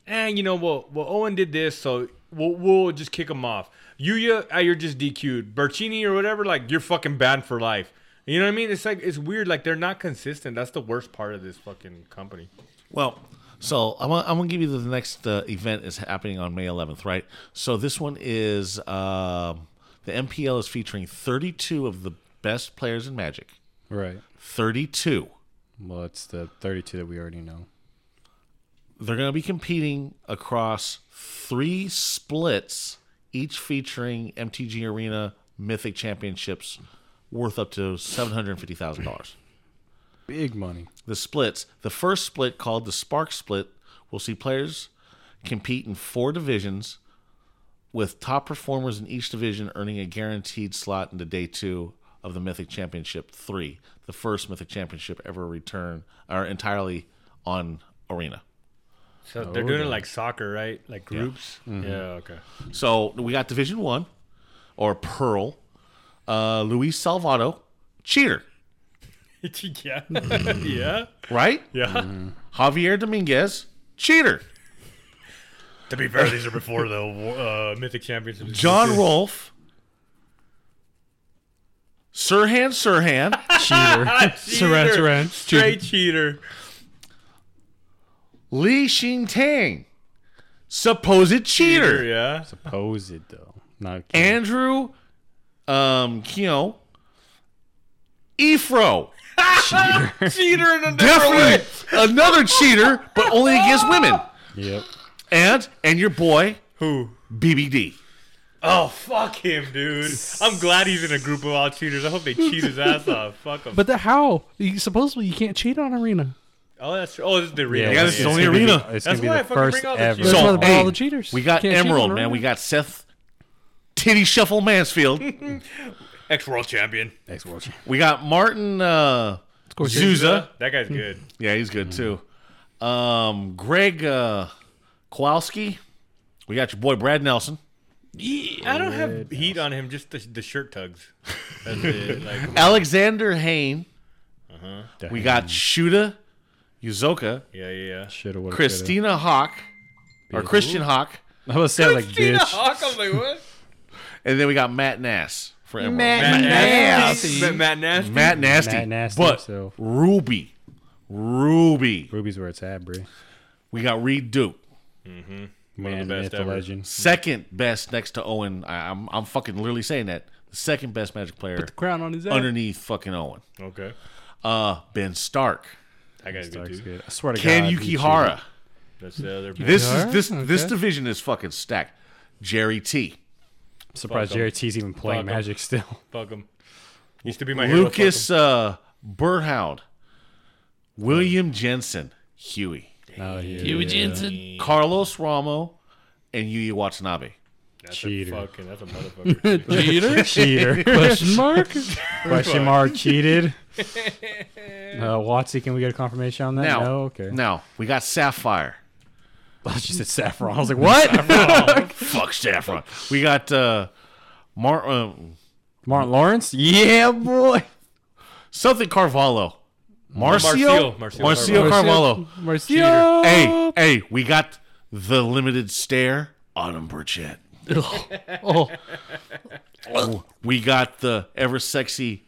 Speaker 8: and you know well well Owen did this, so we'll we'll just kick him off. Yuya, ah, you're just DQ'd. Bertini or whatever, like you're fucking banned for life. You know what I mean? It's like it's weird. Like they're not consistent. That's the worst part of this fucking company.
Speaker 1: Well, so I'm gonna, I'm gonna give you the next uh, event is happening on May 11th, right? So this one is um, the MPL is featuring 32 of the best players in Magic.
Speaker 5: Right.
Speaker 1: 32.
Speaker 5: Well, it's the 32 that we already know.
Speaker 1: They're gonna be competing across three splits, each featuring MTG Arena Mythic Championships, worth up to seven hundred fifty thousand dollars.
Speaker 5: Big money.
Speaker 1: the splits. The first split, called the Spark Split, will see players compete in four divisions, with top performers in each division earning a guaranteed slot into day two of the Mythic Championship three, the first Mythic Championship ever return are entirely on Arena.
Speaker 8: So they're doing it like soccer, right? Like groups. Oh, Yeah. Mm-hmm. okay.
Speaker 1: So we got Division One, or Pearl, uh, Luis Salvato, cheater,
Speaker 8: yeah. yeah.
Speaker 1: right? Mm-hmm.
Speaker 8: Yeah.
Speaker 1: Javier Dominguez, cheater.
Speaker 4: To be fair, these are before the
Speaker 8: Uh, Mythic Championship.
Speaker 1: John Rolfe, Sirhan
Speaker 8: [LAUGHS]
Speaker 1: Sirhan,
Speaker 9: Cheater. Saran, saran.
Speaker 8: Straight cheater.
Speaker 1: Li Xing Tang, supposed cheater,
Speaker 8: Yeah.
Speaker 5: Pose it, though. Not
Speaker 1: Andrew um, Kyo, Ephro,
Speaker 8: [LAUGHS] cheater in
Speaker 1: [LAUGHS]
Speaker 8: a
Speaker 1: definitely another cheater, but only against women,
Speaker 5: Yep.
Speaker 1: and and your boy
Speaker 8: Who?
Speaker 1: BBD.
Speaker 8: Oh, fuck him, dude. I'm glad he's in a group of all cheaters. I hope they cheat his ass [LAUGHS] off. Fuck him.
Speaker 9: But the how? You, supposedly you can't cheat on arena.
Speaker 8: oh, that's true. Oh, this is the real.
Speaker 1: Yeah,
Speaker 8: one.
Speaker 1: this is
Speaker 8: Yeah.
Speaker 1: only
Speaker 5: gonna be
Speaker 1: arena.
Speaker 5: the-
Speaker 8: That's
Speaker 5: it's going to be
Speaker 8: why I
Speaker 5: the
Speaker 8: fucking
Speaker 5: first
Speaker 8: bring all the
Speaker 5: ever.
Speaker 8: cheaters.
Speaker 9: That's why
Speaker 1: So
Speaker 9: they bring all
Speaker 1: hey,
Speaker 9: the cheaters.
Speaker 1: we got
Speaker 9: Can't cheat
Speaker 1: Emerald,
Speaker 9: on
Speaker 1: man.
Speaker 9: Arena.
Speaker 1: We got Seth Titty Shuffle
Speaker 9: [LAUGHS]
Speaker 1: Mansfield.
Speaker 4: ex world champion.
Speaker 5: Next world champion.
Speaker 1: we got Martin uh,
Speaker 9: course,
Speaker 1: Zuza.
Speaker 8: That guy's good.
Speaker 1: Yeah, he's good too. Um, Greg uh, Kowalski. We got your boy Brad Nelson.
Speaker 8: I don't have heat on him. Just the, the shirt [LAUGHS] tugs. That's it. Like,
Speaker 1: Alexander Hain. We got Shuda Yuzoka.
Speaker 8: yeah, yeah, yeah.
Speaker 5: Should have
Speaker 1: Christina Hawk. Or Christian Hawk.
Speaker 5: I was saying like
Speaker 8: Tina
Speaker 5: bitch.
Speaker 8: Hawk. I'm like, what?
Speaker 1: And then we got Matt Nass for Emerald.
Speaker 8: Matt
Speaker 9: Nasty.
Speaker 8: Nasty. Matt Nasty.
Speaker 1: Matt Nasty.
Speaker 5: Matt Nasty
Speaker 1: But
Speaker 5: himself.
Speaker 1: Ruby. Ruby.
Speaker 5: Ruby's where it's at, Bree.
Speaker 1: We got Reed Duke.
Speaker 5: Man,
Speaker 8: of the best
Speaker 5: myth, the
Speaker 8: ever.
Speaker 5: legend.
Speaker 1: Second best next to Owen. I, I'm, I'm fucking literally saying that. The second best magic player
Speaker 9: Crown on
Speaker 8: [LAUGHS]
Speaker 9: his head.
Speaker 1: underneath fucking Owen.
Speaker 8: Okay.
Speaker 1: Uh, Ben Stark.
Speaker 8: That guy's good
Speaker 5: Stark's
Speaker 8: too.
Speaker 5: good. I swear to
Speaker 1: Ken
Speaker 5: God. he
Speaker 1: Yukihara.
Speaker 8: That's the other.
Speaker 1: This is
Speaker 9: Yukihara?
Speaker 1: this this
Speaker 9: Okay.
Speaker 1: division is fucking stacked. Jerry T.
Speaker 5: cheated. I'm surprised
Speaker 8: Fuck 'em.
Speaker 5: Jerry T's even playing
Speaker 8: Fuck 'em.
Speaker 5: Magic still.
Speaker 8: Fuck him. Used to be my hero, fuck
Speaker 1: Lucas uh, Burhound. William Jensen. Huey.
Speaker 5: Oh, yeah.
Speaker 9: Huey Jensen.
Speaker 1: Carlos Ramo. And Yui Watanabe.
Speaker 8: That's
Speaker 5: Cheater.
Speaker 8: A fucking, that's a motherfucker.
Speaker 5: [LAUGHS]
Speaker 9: Cheater?
Speaker 5: Cheater.
Speaker 9: [LAUGHS] Question mark?
Speaker 5: Question mark cheated. Uh, Watsy, can we get a confirmation on that?
Speaker 1: Now,
Speaker 5: no, Oh, okay.
Speaker 1: now we got Sapphire.
Speaker 5: [LAUGHS] she said saffron. I was like, what?
Speaker 1: Fuck Saffron. We got uh, Mar- uh,
Speaker 5: [LAUGHS] Martin Lawrence? Yeah, boy.
Speaker 1: something Carvalho. Marcio?
Speaker 8: Marcio. Marcio
Speaker 1: Marcio
Speaker 8: Carvalho.
Speaker 1: Carvalho.
Speaker 9: Marcio.
Speaker 1: Hey, hey, we got the limited stare. Autumn Burchett. Oh,
Speaker 9: Oh,
Speaker 1: We got the ever sexy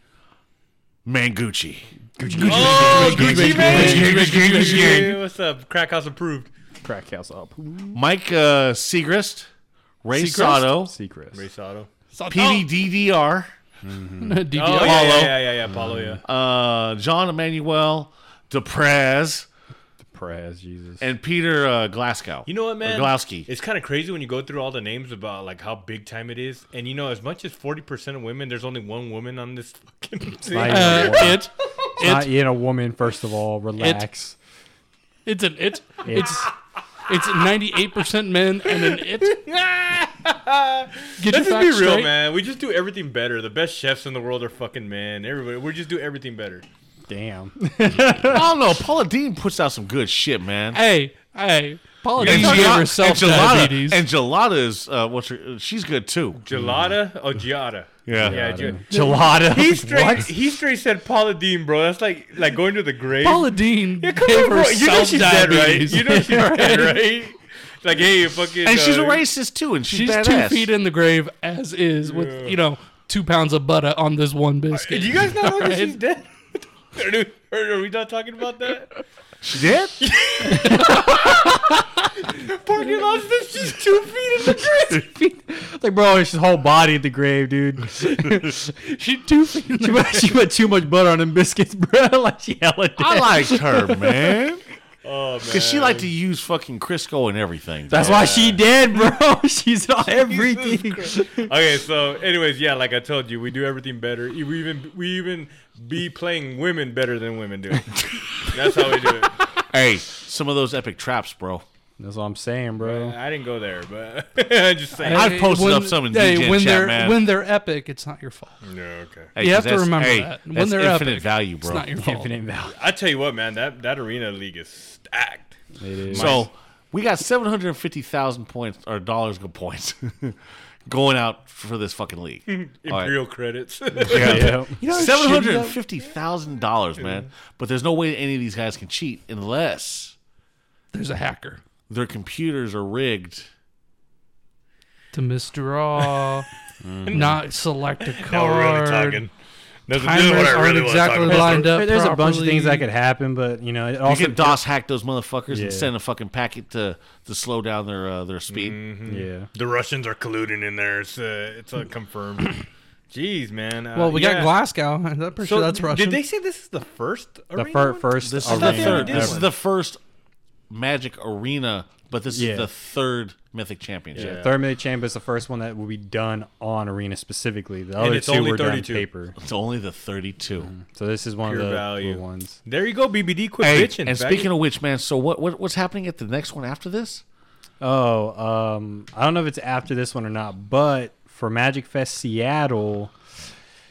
Speaker 1: Mangucci.
Speaker 8: oh,
Speaker 1: Gucci Mane. Gucci Mane. Gucci Mane.
Speaker 8: What's up? Crack House approved.
Speaker 5: Crack house up.
Speaker 1: Mike uh, Segrist, Ray Sato,
Speaker 5: Secret.
Speaker 8: Risotto.
Speaker 1: PDDDR,
Speaker 9: DDR.
Speaker 8: Oh, yeah, yeah, yeah, yeah, yeah. Paulo, yeah.
Speaker 1: uh, John Emmanuel, DePrez,
Speaker 5: Prez, Jesus.
Speaker 1: and Peter uh, Glasgow.
Speaker 8: You know what, man?
Speaker 1: Glowski.
Speaker 8: It's kind of crazy when you go through all the names about like how big time it is, and you know, as much as forty percent of women, there's only one woman on this fucking. [LAUGHS]
Speaker 5: Not
Speaker 8: Thing.
Speaker 5: even a
Speaker 9: Uh,
Speaker 5: woman.
Speaker 9: it.
Speaker 5: It's not even a woman, first of all. Relax.
Speaker 9: It's an it. It's it's ninety eight percent men and an it. Get your
Speaker 8: Let's just
Speaker 9: facts
Speaker 8: be real,
Speaker 9: straight.
Speaker 8: man. We just do everything better. The best chefs in the world are fucking men. Everybody, we just do everything better.
Speaker 5: Damn.
Speaker 1: I don't know. Paula Dean puts out some good shit, man.
Speaker 9: Hey, hey, Paula
Speaker 1: And
Speaker 9: Deen
Speaker 1: Gela-
Speaker 9: gave herself
Speaker 1: and Gelada-
Speaker 9: diabetes.
Speaker 1: And Gelada is uh, what's her? She's good too.
Speaker 8: Gelada or Giada?
Speaker 1: Yeah.
Speaker 8: yeah. Gi-
Speaker 5: Gelada.
Speaker 8: He
Speaker 9: [LAUGHS]
Speaker 8: straight,
Speaker 5: What?
Speaker 8: he straight said Paula Deen, bro. That's like like going to the grave.
Speaker 9: Paula Deen
Speaker 8: yeah, come
Speaker 9: gave
Speaker 8: on, bro.
Speaker 9: herself
Speaker 8: You know she's dead, [LAUGHS] right?
Speaker 9: diabetes.
Speaker 8: You know she's dead, right? Like, hey, you fucking.
Speaker 1: And she's a
Speaker 8: uh,
Speaker 1: racist too, and she's,
Speaker 9: She's
Speaker 1: badass.
Speaker 9: two feet in the grave as is with you know two pounds of butter on this one biscuit.
Speaker 8: Did you guys not know [LAUGHS] that she's dead? Are we- Are we not talking about that?
Speaker 1: She did?
Speaker 8: Parking lots. that She's two feet in the grave.
Speaker 5: like, bro, it's his whole body at the grave, dude. [LAUGHS] she
Speaker 9: she two feet. In the
Speaker 5: put, she put too much butter on them biscuits, [LAUGHS] bro. Like she hella did.
Speaker 1: I liked
Speaker 9: [LAUGHS]
Speaker 1: her, man.
Speaker 8: Oh man.
Speaker 1: Cause she liked to use fucking Crisco and everything.
Speaker 5: That's why she dead, bro. [LAUGHS] She's on everything.
Speaker 8: Okay, so anyways, yeah, like I told you, we do everything better. E, We even we even be playing women better than women do. [LAUGHS] That's how we do it.
Speaker 1: Hey, some of those epic traps, bro.
Speaker 5: That's what I'm saying, bro.
Speaker 8: I didn't go there, but [LAUGHS] I just saying.
Speaker 1: I've posted up some in DJ
Speaker 9: when
Speaker 1: chat,
Speaker 9: they're
Speaker 1: man.
Speaker 9: when they're epic, it's not your fault.
Speaker 8: No, okay.
Speaker 1: Hey,
Speaker 9: You
Speaker 1: 'cause
Speaker 9: have to
Speaker 1: that's-
Speaker 9: remember
Speaker 1: hey,
Speaker 9: that. When
Speaker 1: that's
Speaker 9: they're
Speaker 1: infinite
Speaker 9: epic,
Speaker 1: value, bro.
Speaker 9: It's not your fault.
Speaker 5: Infinite value.
Speaker 8: I tell you what, man, that that arena league is stacked.
Speaker 5: It is.
Speaker 1: So we got seven hundred fifty thousand points or dollars good points [LAUGHS] going out for this fucking
Speaker 5: [LAUGHS]
Speaker 1: league.
Speaker 8: Imperial credits.
Speaker 5: yeah.
Speaker 1: Seven hundred fifty thousand dollars, man. But there's no way any of these guys can cheat unless
Speaker 9: There's a hacker
Speaker 1: their computers are rigged.
Speaker 9: to misdraw, not select a
Speaker 4: Now
Speaker 9: card.
Speaker 4: we're really talking. This is what I
Speaker 9: Timers aren't
Speaker 4: really want to talk
Speaker 9: exactly
Speaker 4: about.
Speaker 9: lined up.
Speaker 5: There- There's a bunch of things that
Speaker 9: properly.
Speaker 5: could happen, but you know, it
Speaker 1: You
Speaker 5: also
Speaker 1: can DOS hack those motherfuckers
Speaker 5: Yeah.
Speaker 1: and send a fucking packet to to slow down their uh, their speed.
Speaker 5: yeah.
Speaker 4: The Russians are colluding in there.
Speaker 8: it's uh, it's uh, confirmed. [CLEARS THROAT] Jeez, man. Uh,
Speaker 9: Well, we
Speaker 8: yeah.
Speaker 9: got Glasgow. [LAUGHS] I'm pretty
Speaker 8: So
Speaker 9: sure that's Russian.
Speaker 8: Did they say this is the first?
Speaker 5: The
Speaker 8: Arena
Speaker 5: fir-
Speaker 8: one?
Speaker 5: first
Speaker 1: This is
Speaker 5: arena
Speaker 1: the third.
Speaker 8: Yeah.
Speaker 1: This is the first Magic Arena, but this
Speaker 5: Yeah.
Speaker 1: is the third Mythic Championship.
Speaker 5: Third minute chamber is the first one that will be done on arena specifically. The other
Speaker 8: it's
Speaker 5: two
Speaker 8: only
Speaker 5: were done
Speaker 8: 32.
Speaker 5: paper.
Speaker 1: It's only the thirty-two.
Speaker 5: So this is one
Speaker 8: Pure
Speaker 5: of the
Speaker 8: value.
Speaker 5: value. ones.
Speaker 8: There you go, BBD. Quit
Speaker 1: Hey,
Speaker 8: bitching.
Speaker 1: and speaking of which, man, so what, what what's happening at the next one after this?
Speaker 5: Oh, um, I don't know if it's after this one or not, but for Magic Fest Seattle,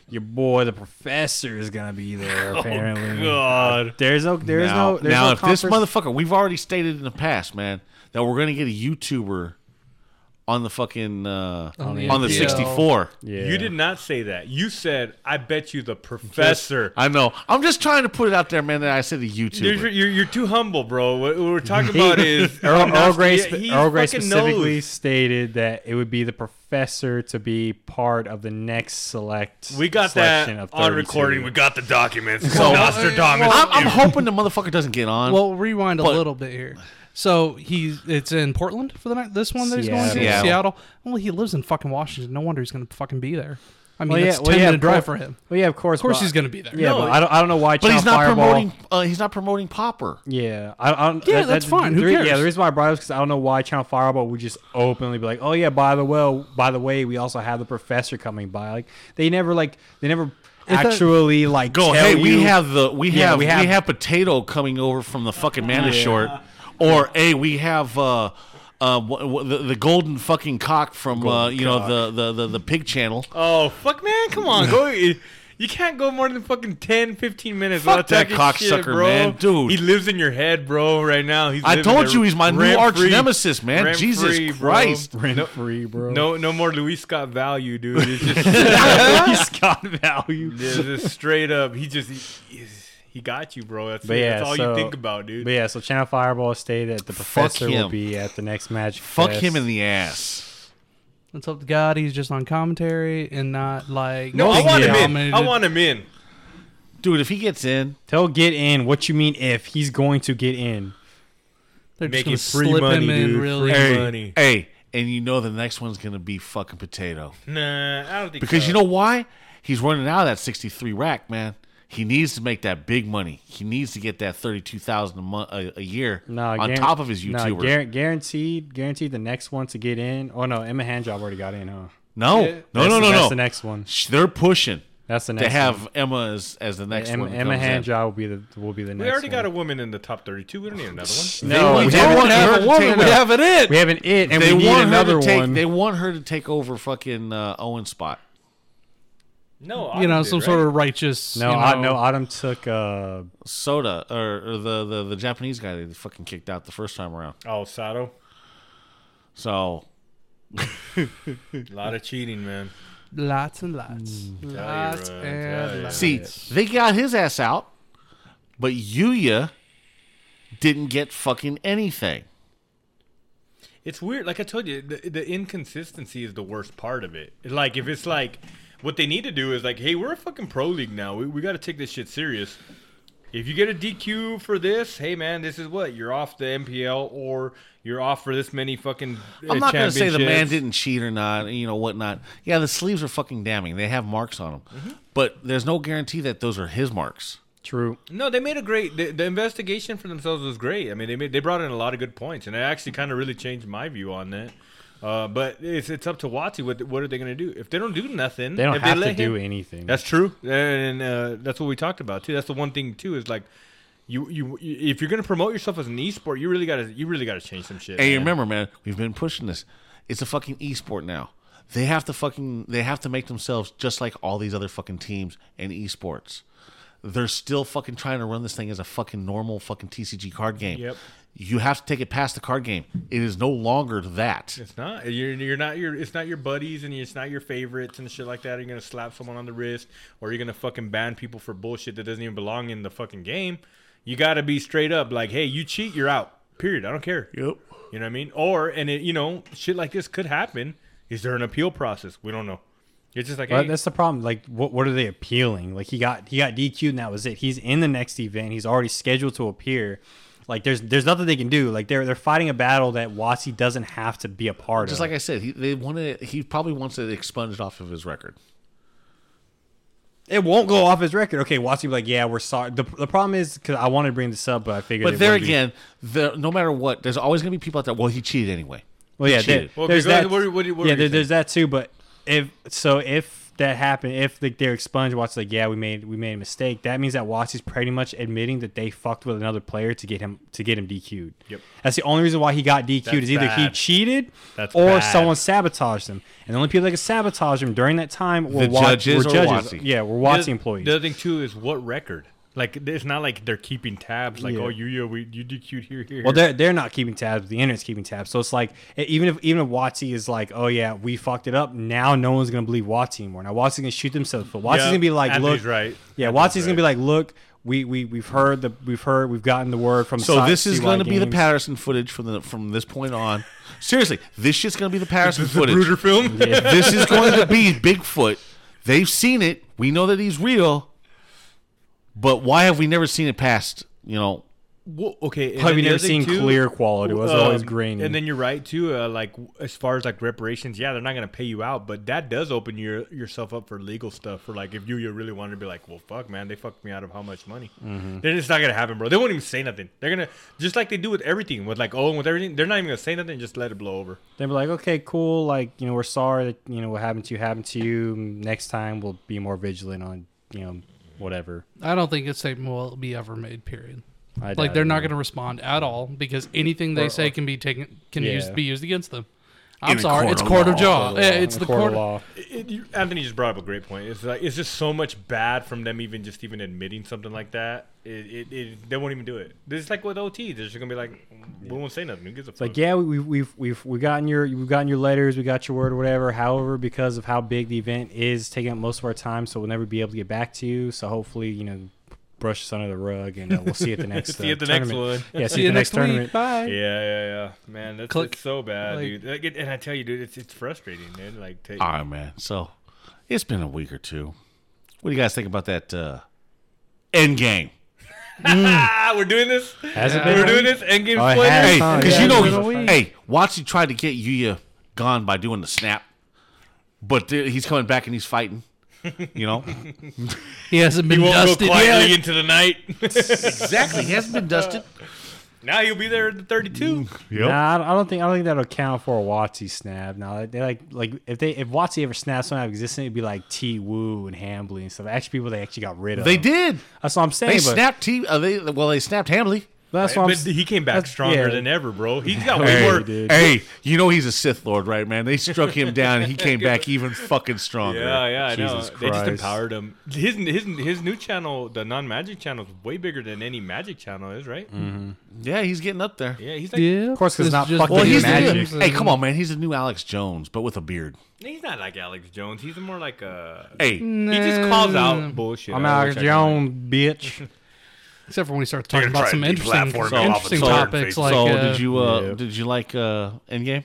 Speaker 5: your boy the professor is gonna
Speaker 8: [LAUGHS]
Speaker 5: be there apparently.
Speaker 8: Oh, God.
Speaker 5: There's no, there's
Speaker 1: now,
Speaker 5: no, there's
Speaker 1: now
Speaker 5: no
Speaker 1: if this
Speaker 5: conference-
Speaker 1: motherfucker, we've already stated in the past, man, that we're gonna get a YouTuber on the fucking uh, on
Speaker 9: the
Speaker 1: the,
Speaker 9: NPL.
Speaker 1: sixty-four.
Speaker 5: Yeah.
Speaker 8: You did not say that. You said, "I bet you the professor."
Speaker 1: I know. I'm just trying to put it out there, man. That I said a
Speaker 8: You're,
Speaker 1: YouTuber.
Speaker 8: you're, you're too humble, bro. What we're
Speaker 5: [LAUGHS]
Speaker 8: talking about is
Speaker 5: Earl, Earl Grey,
Speaker 8: He-
Speaker 5: spe-
Speaker 8: he
Speaker 5: Earl Grey
Speaker 8: fucking
Speaker 5: specifically
Speaker 8: knows.
Speaker 5: stated that it would be the professor to be part of the next select.
Speaker 8: We got
Speaker 5: selection
Speaker 8: that
Speaker 5: of uh,
Speaker 8: on
Speaker 5: 32.
Speaker 8: recording.
Speaker 4: We got the documents.
Speaker 1: So-
Speaker 4: Nostradamus.
Speaker 1: I'm,
Speaker 5: [LAUGHS]
Speaker 1: I'm hoping the motherfucker doesn't get on.
Speaker 9: Well, rewind a
Speaker 1: But-
Speaker 9: little bit here. So he's it's in Portland for the night. This one that he's going to
Speaker 1: Seattle.
Speaker 9: Seattle. Well, he lives in fucking Washington. No wonder he's going to fucking be there. I mean,
Speaker 5: Well, yeah,
Speaker 9: it's a
Speaker 5: well,
Speaker 9: ten
Speaker 5: yeah,
Speaker 9: minute drive
Speaker 5: Cor-
Speaker 9: for him.
Speaker 5: Well, yeah, of course.
Speaker 9: Of course,
Speaker 5: but-
Speaker 9: he's going to be there.
Speaker 5: Yeah,
Speaker 8: No,
Speaker 5: but I don't. I don't know why.
Speaker 1: but he's
Speaker 5: Child
Speaker 1: not
Speaker 5: Fireball-
Speaker 1: promoting. Uh, he's not promoting Popper.
Speaker 5: Yeah, I, I don't.
Speaker 9: Yeah, that's fine. Who
Speaker 5: the re- Yeah,
Speaker 9: cares?
Speaker 5: the reason why I brought it because I don't know why Channel Fireball would just openly be like, "Oh yeah, by the well, by the way, we also have the professor coming by." Like they never like they never
Speaker 9: that-
Speaker 5: actually like
Speaker 1: Go.
Speaker 5: tell
Speaker 1: hey, we
Speaker 5: [LAUGHS] you-
Speaker 1: have the we
Speaker 5: Yeah,
Speaker 1: have,
Speaker 5: we
Speaker 1: we
Speaker 5: have-
Speaker 1: have potato coming over from the fucking mana short, or hey, we have. uh uh, wh- wh- the, the golden fucking cock from uh, you know the, the, the, the pig channel.
Speaker 8: Oh fuck, man!
Speaker 1: [LAUGHS]
Speaker 8: Come on, go. You can't go more than fucking 10, 15 minutes.
Speaker 1: Fuck
Speaker 8: without
Speaker 1: that
Speaker 8: talking shit,
Speaker 1: cocksucker,
Speaker 8: bro.
Speaker 1: man. Dude.
Speaker 8: He lives in your head, bro. Right now, he's
Speaker 1: I
Speaker 8: living
Speaker 1: told
Speaker 8: there
Speaker 1: you he's my new arch
Speaker 8: rent-free.
Speaker 1: nemesis, man. Jesus
Speaker 8: Rent-free, bro.
Speaker 1: Christ.
Speaker 5: rent free, bro.
Speaker 8: [LAUGHS] No, no more Louis Scott value, dude.
Speaker 1: [LAUGHS]
Speaker 8: It's just,
Speaker 5: [LAUGHS] he's got value.
Speaker 8: it's just straight up. He just he, he's- he got you, bro. That's,
Speaker 5: But
Speaker 8: it.
Speaker 5: yeah,
Speaker 8: That's all
Speaker 5: so-
Speaker 8: you think about, dude.
Speaker 5: But yeah, so Channel Fireball stated that the professor will
Speaker 1: him.
Speaker 5: be at the next match.
Speaker 1: Fuck him in the ass.
Speaker 9: Let's hope to God he's just on commentary and not like
Speaker 8: no, I
Speaker 9: being
Speaker 8: want him in.
Speaker 9: dominated.
Speaker 8: I want him in.
Speaker 1: Dude, if he gets in,
Speaker 5: Tell get in. What you mean if he's going to get in?
Speaker 9: They're
Speaker 8: Make
Speaker 9: just going
Speaker 8: it
Speaker 9: to
Speaker 8: free
Speaker 9: slip
Speaker 8: money,
Speaker 9: him in
Speaker 8: dude.
Speaker 9: really.
Speaker 8: Free
Speaker 9: quick.
Speaker 8: money.
Speaker 1: hey, and you know the next one's going to be fucking potato.
Speaker 8: Nah, I don't think
Speaker 1: Because
Speaker 8: so.
Speaker 1: you know why? He's running out of that 63 rack, man. He needs to make that big money. He needs to get that 32,000 a month a, a year
Speaker 5: Nah,
Speaker 1: on
Speaker 5: guaran-
Speaker 1: top of his
Speaker 5: nah,
Speaker 1: YouTuber.
Speaker 5: guar- guaranteed, guaranteed. The next one to get in. Oh no, Emma Handjob already got in, huh?
Speaker 1: no, no,
Speaker 5: That's
Speaker 1: no,
Speaker 5: the-
Speaker 1: no,
Speaker 5: That's
Speaker 1: no.
Speaker 5: the next one.
Speaker 1: Sh- They're pushing.
Speaker 5: That's the
Speaker 1: to
Speaker 5: next
Speaker 1: have
Speaker 5: one.
Speaker 1: Emma as, as the next
Speaker 5: Emma,
Speaker 1: one. that
Speaker 5: Emma
Speaker 1: comes in.
Speaker 5: Handjob will be the will be the
Speaker 8: We
Speaker 5: next.
Speaker 8: already
Speaker 5: one.
Speaker 8: got a woman in the top 32. We don't need another one.
Speaker 5: No,
Speaker 1: They
Speaker 5: we
Speaker 1: don't
Speaker 5: haven't
Speaker 1: have
Speaker 5: even
Speaker 1: a woman.
Speaker 5: taken
Speaker 1: We
Speaker 5: a-
Speaker 1: have an it.
Speaker 5: We have an it, and
Speaker 1: they
Speaker 5: we need
Speaker 1: want her
Speaker 5: another
Speaker 1: to take.
Speaker 5: one.
Speaker 1: They want her to take over fucking uh, Owen's spot.
Speaker 8: No,
Speaker 9: you
Speaker 8: Autumn
Speaker 9: know,
Speaker 8: did,
Speaker 9: some
Speaker 8: right?
Speaker 9: sort of righteous.
Speaker 5: no,
Speaker 9: you know,
Speaker 5: I, no. Autumn took. Uh,
Speaker 1: Soda or, or the, the the Japanese guy they fucking kicked out the first time around.
Speaker 8: Oh, Sato.
Speaker 1: So
Speaker 8: A lot of cheating, man.
Speaker 9: Lots and lots. Mm. Lots
Speaker 8: Telluride,
Speaker 9: and lots.
Speaker 1: see, they got his ass out, but Yuya didn't get fucking anything.
Speaker 8: It's weird. Like I told you, the, the inconsistency is the worst part of it. Like, if it's like, what they need to do is like, hey, we're a fucking pro league now. We, we got to take this shit serious. If you get a DQ for this, hey, man, this is what? You're off the MPL or you're off for this many fucking. uh,
Speaker 1: I'm not going to say the man
Speaker 8: championships.
Speaker 1: didn't cheat or not, you know, whatnot. Yeah, the sleeves are fucking damning. They have marks on them.
Speaker 8: Mm-hmm.
Speaker 1: But there's no guarantee that those are his marks.
Speaker 5: true.
Speaker 8: No, they made a great. The, the investigation for themselves was great. I mean, they made they brought in a lot of good points, and it actually kind of really changed my view on that. Uh, but it's it's up to Watsy. What what are they going to do if they don't do nothing?
Speaker 5: They don't
Speaker 8: if
Speaker 5: have
Speaker 8: let
Speaker 5: to do
Speaker 8: him-
Speaker 5: anything.
Speaker 8: That's true, and uh, that's what we talked about too. That's the one thing too is like. You, you you- if you're gonna promote yourself as an esport, you really gotta you really gotta change some
Speaker 1: And
Speaker 8: shit. man.
Speaker 1: you remember, man, we've been pushing this. It's a fucking esport now. They have to fucking they have to make themselves just like all these other fucking teams and esports. They're still fucking trying to run this thing as a fucking normal fucking TCG card game.
Speaker 8: Yep.
Speaker 1: You have to take it past the card game. It is no longer that.
Speaker 8: It's not. You're, you're not your. It's not your buddies, and it's not your favorites and shit like that. You're gonna slap someone on the wrist, or you're gonna fucking ban people for bullshit that doesn't even belong in the fucking game. You gotta be straight up. Like, hey, you cheat, you're out. Period. I don't care.
Speaker 1: Yep.
Speaker 8: You know what I mean? Or and it, you know, shit like this could happen. Is there an appeal process? We don't know. It's just like
Speaker 5: But
Speaker 8: hey,
Speaker 5: that's the problem. Like, what what are they appealing? Like, he got he got DQ'd, and that was it. He's in the next event. He's already scheduled to appear. Like, there's there's nothing they can do. Like, they're they're fighting a battle that Watsy doesn't have to be a part
Speaker 1: Just
Speaker 5: of.
Speaker 1: like I said, he they wanted he probably wants it expunged off of his record.
Speaker 5: it won't go off his record. Okay, Watsy be like, yeah, we're sorry. The, the problem is because I wanted to bring this up, but I figured.
Speaker 1: But
Speaker 5: it
Speaker 1: there
Speaker 5: wouldn't be-
Speaker 1: again, the, no matter what, there's always going to be people out there. Well, he cheated anyway.
Speaker 5: Well, yeah, there,
Speaker 1: cheated.
Speaker 8: Well,
Speaker 5: there's
Speaker 8: go ahead.
Speaker 5: that.
Speaker 8: What do you- what do you- what
Speaker 5: yeah,
Speaker 8: were
Speaker 5: there,
Speaker 8: you
Speaker 5: there's that too. But if so, if that happened, if like they're expunged, Watts like, yeah, we made we made a mistake. That means that Watts is pretty much admitting that they fucked with another player to get him to get him DQ'd.
Speaker 8: Yep.
Speaker 5: That's the only reason why he got DQ'd
Speaker 8: That's
Speaker 5: is either he
Speaker 8: bad.
Speaker 5: cheated
Speaker 8: That's
Speaker 5: or
Speaker 8: bad.
Speaker 5: someone sabotaged him. And the only people that could sabotage him during that time were,
Speaker 1: The
Speaker 5: Wa-
Speaker 1: judges
Speaker 5: were
Speaker 1: or
Speaker 5: judges.
Speaker 1: Watsy.
Speaker 5: Yeah, were Watts
Speaker 8: The-
Speaker 5: employees.
Speaker 8: The other thing too is what record. Like it's not like they're keeping tabs. Like
Speaker 5: Yeah.
Speaker 8: oh you you we you DQ'd here here.
Speaker 5: Well,
Speaker 8: here.
Speaker 5: they're they're not keeping tabs. The internet's keeping tabs. So it's like e- even if even if Watsy is like, oh yeah, we fucked it up. Now no one's gonna believe Watsy anymore. Now Watsy's gonna shoot themselves. But Watsy's
Speaker 8: Yeah,
Speaker 5: gonna be like,
Speaker 8: Anthony's
Speaker 5: look,
Speaker 8: right.
Speaker 5: Yeah, Watsy's
Speaker 8: Anthony's
Speaker 5: gonna be like, look, we we we've heard the we've heard we've gotten the word from.
Speaker 1: So
Speaker 5: Sci-
Speaker 1: this is
Speaker 5: CY
Speaker 1: going to be the
Speaker 5: Games."
Speaker 1: Patterson footage from the from this point on. Seriously, this shit's going to be the
Speaker 5: [LAUGHS]
Speaker 1: Patterson footage.
Speaker 8: Bruder film.
Speaker 1: This is going to be Bigfoot. They've seen it. We know that he's real. But why have we never seen it past? You know,
Speaker 8: Well, okay, and
Speaker 5: Have
Speaker 8: then
Speaker 5: you
Speaker 8: the
Speaker 5: never
Speaker 8: other
Speaker 5: seen
Speaker 8: thing,
Speaker 5: clear quality? It was always
Speaker 8: um,
Speaker 5: green.
Speaker 8: And then you're right too. Uh, like w- as far as like reparations, yeah, they're not gonna pay you out, but that does open your yourself up for legal stuff. For like if you you really wanted to be like, well, fuck, man, they fucked me out of how much money?
Speaker 5: Mm-hmm.
Speaker 8: Then it's not gonna happen, bro. They won't even say nothing. They're gonna just like they do with everything with like oh and with everything. They're not even gonna say nothing. Just let it blow over.
Speaker 5: they'd be like, okay, cool. Like you know, we're sorry that you know what happened to you happened to you. Next time we'll be more vigilant on you know whatever.
Speaker 9: I don't think a statement will be ever made. Period.
Speaker 5: I
Speaker 9: like
Speaker 5: doubt
Speaker 9: they're
Speaker 5: it.
Speaker 9: not going to respond at all because anything they say can be taken can
Speaker 5: Yeah.
Speaker 9: used, be used against them. I'm
Speaker 1: In a
Speaker 9: sorry,
Speaker 1: court
Speaker 9: it's
Speaker 1: of
Speaker 9: court of
Speaker 1: law.
Speaker 9: jaw. Yeah,
Speaker 5: In
Speaker 9: it's the court.
Speaker 5: of law.
Speaker 8: It, you, Anthony just brought up a great point. It's like it's just so much bad from them even just even admitting something like that. It, it, it they won't even do it. This is like with OT. They're just gonna be like, we won't say nothing. Who gives a
Speaker 5: It's
Speaker 8: fuck?
Speaker 5: like, yeah, we, we've we've we've we gotten your we've gotten your letters, we got your word, or whatever. However, because of how big the event is, taking up most of our time, so we'll never be able to get back to you. So hopefully, you know, brush this under the rug, and uh, we'll see
Speaker 8: [LAUGHS]
Speaker 5: you at the next.
Speaker 8: See
Speaker 5: uh,
Speaker 8: you at the next
Speaker 5: [LAUGHS] tournament.
Speaker 8: one.
Speaker 5: Yeah, see you at the next tournament.
Speaker 9: week. Bye.
Speaker 8: Yeah, yeah, yeah, man. That's
Speaker 9: Click.
Speaker 8: it's so bad,
Speaker 9: Like-
Speaker 8: dude. Like, it, and I tell you, dude, it's it's frustrating, man. Like, take,
Speaker 5: Ah.
Speaker 1: all right, ah, man. So it's been a week or two. What do you guys think about that uh, end game?
Speaker 8: ah, we're doing this.
Speaker 5: Has it been?
Speaker 8: We're
Speaker 5: a
Speaker 8: doing
Speaker 5: week?
Speaker 8: this. Endgame
Speaker 5: Oh, it
Speaker 8: spoiler.
Speaker 5: has.
Speaker 1: Hey,
Speaker 5: Oh,
Speaker 1: because
Speaker 5: yeah,
Speaker 1: you
Speaker 5: it's been a
Speaker 1: know,
Speaker 5: week.
Speaker 1: hey, Watsy tried to get Yuya gone by doing the snap, but there- he's coming back and he's fighting. You
Speaker 8: [LAUGHS]
Speaker 1: know,
Speaker 9: He hasn't
Speaker 8: He
Speaker 9: been
Speaker 8: won't go
Speaker 9: dusted
Speaker 8: quietly
Speaker 9: yet.
Speaker 8: into the night. [LAUGHS]
Speaker 1: [LAUGHS] exactly. He hasn't been dusted.
Speaker 8: Now you'll be there at the 32.
Speaker 5: Mm. Nah, I don't- I don't think I don't think that'll count for a Watsy snap. No, they like like if they if Watsy ever snaps something out of existence, it'd be like T Woo and Hambly and stuff. Actually, people they actually got rid of.
Speaker 1: They did.
Speaker 5: That's what I'm saying.
Speaker 1: They
Speaker 5: but
Speaker 1: snapped T. Uh, they well, they snapped Hamley.
Speaker 5: That's what I'm.
Speaker 8: but
Speaker 5: s-
Speaker 8: he came back
Speaker 5: that's-
Speaker 8: stronger
Speaker 5: yeah.
Speaker 8: than ever, bro. He's got
Speaker 5: Hey,
Speaker 8: way more.
Speaker 5: dude.
Speaker 1: Hey, you know he's a Sith Lord, right, man? They struck him down, and he came back even fucking stronger.
Speaker 8: Yeah, yeah, I know.
Speaker 1: Jesus
Speaker 8: They just
Speaker 1: Christ.
Speaker 8: empowered him. His his his new channel, the non magic channel, is way bigger than any magic channel is, right?
Speaker 5: Mm.
Speaker 1: Yeah, he's getting up there.
Speaker 8: Yeah, he's like,
Speaker 9: Yeah. Of
Speaker 5: course, 'cause it's not fucking
Speaker 1: Well, he's the
Speaker 5: Magic.
Speaker 1: new, hey, come on, man. He's the new Alex Jones, but with a beard.
Speaker 8: he's not like Alex Jones. He's more like a.
Speaker 5: Mm,
Speaker 1: Hey,
Speaker 8: He just calls out bullshit.
Speaker 5: I'm
Speaker 8: I
Speaker 5: out
Speaker 8: wish I could-
Speaker 5: Jones,
Speaker 8: [LAUGHS]
Speaker 5: bitch.
Speaker 9: Except for when he starts
Speaker 4: You're
Speaker 9: talking about
Speaker 4: trying
Speaker 9: some
Speaker 4: to
Speaker 9: interesting,
Speaker 4: deplatform
Speaker 9: some
Speaker 4: him off
Speaker 9: interesting
Speaker 4: of Twitter and
Speaker 9: topics
Speaker 4: Facebook.
Speaker 9: like.
Speaker 1: so
Speaker 9: uh,
Speaker 1: did you? Uh, Did you like uh, Endgame?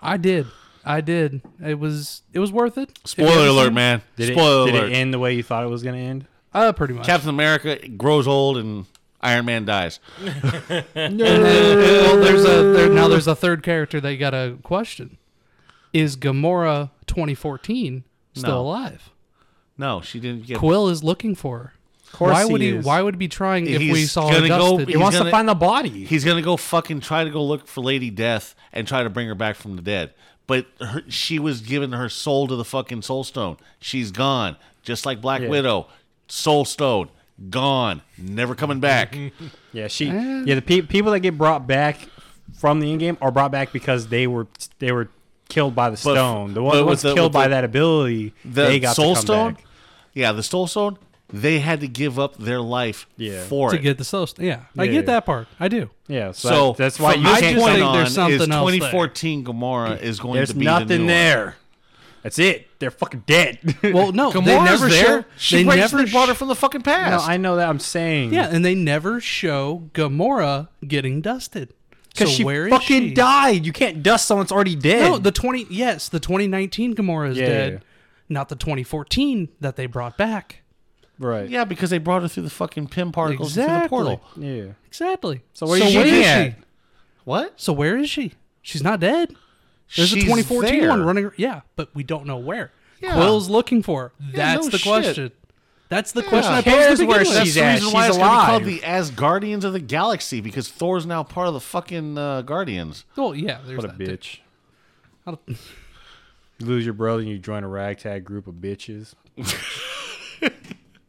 Speaker 9: I did. I did. It was it was worth it. If you
Speaker 1: Spoiler
Speaker 9: haven't
Speaker 1: alert,
Speaker 9: seen it-
Speaker 1: man.
Speaker 5: Did it,
Speaker 1: Spoiler
Speaker 5: did
Speaker 1: alert.
Speaker 5: it end the way you thought it was gonna end?
Speaker 9: Uh, pretty much.
Speaker 1: Captain America grows old and Iron Man dies.
Speaker 9: And then, well, there's a there, now there's a third character that you got to question. Is Gamora 2014 still
Speaker 1: No.
Speaker 9: alive?
Speaker 1: No, she didn't get.
Speaker 9: Quill is looking for her.
Speaker 5: course
Speaker 9: why
Speaker 5: he
Speaker 9: would he?
Speaker 5: is.
Speaker 9: Why would he be trying if we
Speaker 1: He's
Speaker 9: saw her
Speaker 1: gonna go-
Speaker 9: dusted?
Speaker 5: He
Speaker 1: He's
Speaker 5: wants
Speaker 1: gonna-
Speaker 5: to find the body.
Speaker 1: He's gonna go fucking try to go look for Lady Death and try to bring her back from the dead. But her, she was given her soul to the fucking Soul Stone. She's gone, just like Black Widow. Soul Stone gone, never coming
Speaker 5: [LAUGHS]
Speaker 1: back.
Speaker 5: Yeah, she. Yeah, the pe- people that get brought back from the in game are brought back because they were they were killed by the
Speaker 1: f-
Speaker 5: stone. The one
Speaker 1: but
Speaker 5: that was
Speaker 1: with the-
Speaker 5: killed
Speaker 1: with
Speaker 5: by
Speaker 1: the-
Speaker 5: that ability,
Speaker 1: The
Speaker 5: they got
Speaker 1: Soul
Speaker 5: to come
Speaker 1: Stone,
Speaker 5: back.
Speaker 1: yeah, the Soul Stone. They had to give up their life
Speaker 5: Yeah.
Speaker 1: for
Speaker 9: to
Speaker 1: it.
Speaker 9: get the soul? st- Yeah, I
Speaker 5: Yeah.
Speaker 9: get that part. I do.
Speaker 5: Yeah, so,
Speaker 1: so
Speaker 5: that- that's why
Speaker 1: from
Speaker 5: you
Speaker 1: this
Speaker 5: can't.
Speaker 1: point
Speaker 9: think
Speaker 1: on
Speaker 9: there's something
Speaker 1: is
Speaker 9: else there.
Speaker 1: 2014 Gamora is going
Speaker 5: There's
Speaker 1: to be the
Speaker 5: nothing
Speaker 1: new one.
Speaker 5: there. That's it. They're fucking dead.
Speaker 9: Well, no, they
Speaker 1: Gamora's
Speaker 9: never
Speaker 1: there.
Speaker 9: show.
Speaker 1: She
Speaker 9: they
Speaker 1: went-
Speaker 9: never
Speaker 1: they brought her
Speaker 9: sh-
Speaker 1: from the fucking
Speaker 5: [LAUGHS] no,
Speaker 1: past.
Speaker 5: I know that. I'm saying.
Speaker 9: Yeah, and they never show Gamora getting dusted.
Speaker 5: because
Speaker 9: so
Speaker 5: she
Speaker 9: where is
Speaker 5: fucking
Speaker 9: she?
Speaker 5: died. You can't dust someone that's already dead.
Speaker 9: No, the twenty. Yes, the 2019 Gamora is
Speaker 5: Yeah, yeah,
Speaker 9: dead.
Speaker 5: yeah.
Speaker 9: Not the 2014 that they brought back.
Speaker 5: right.
Speaker 1: Yeah, because they brought her through the fucking Pym particles through
Speaker 9: Exactly.
Speaker 1: the portal.
Speaker 5: Yeah.
Speaker 9: Exactly.
Speaker 5: So where is she
Speaker 9: where
Speaker 5: at?
Speaker 1: What?
Speaker 9: So where is she? She's not dead. There's
Speaker 1: She's
Speaker 9: a 2014
Speaker 1: there.
Speaker 9: one running. Yeah, but we don't know where.
Speaker 1: Yeah.
Speaker 9: Quill's looking for. her. That's
Speaker 1: no
Speaker 9: the
Speaker 1: shit.
Speaker 9: question. That's the question. I
Speaker 5: Who cares
Speaker 9: posed to
Speaker 5: where
Speaker 9: begin with.
Speaker 1: That's
Speaker 5: she's
Speaker 1: the
Speaker 5: at?
Speaker 1: reason why it's
Speaker 5: She's
Speaker 1: going to be
Speaker 5: alive.
Speaker 1: called the Asgardians of the Galaxy because Thor's now part of the fucking uh, Guardians.
Speaker 9: Well, yeah. There's
Speaker 5: What a
Speaker 9: that too.
Speaker 5: bitch.
Speaker 9: I
Speaker 5: [LAUGHS]
Speaker 9: don't-
Speaker 5: You lose your brother and you join a ragtag group of bitches. [LAUGHS]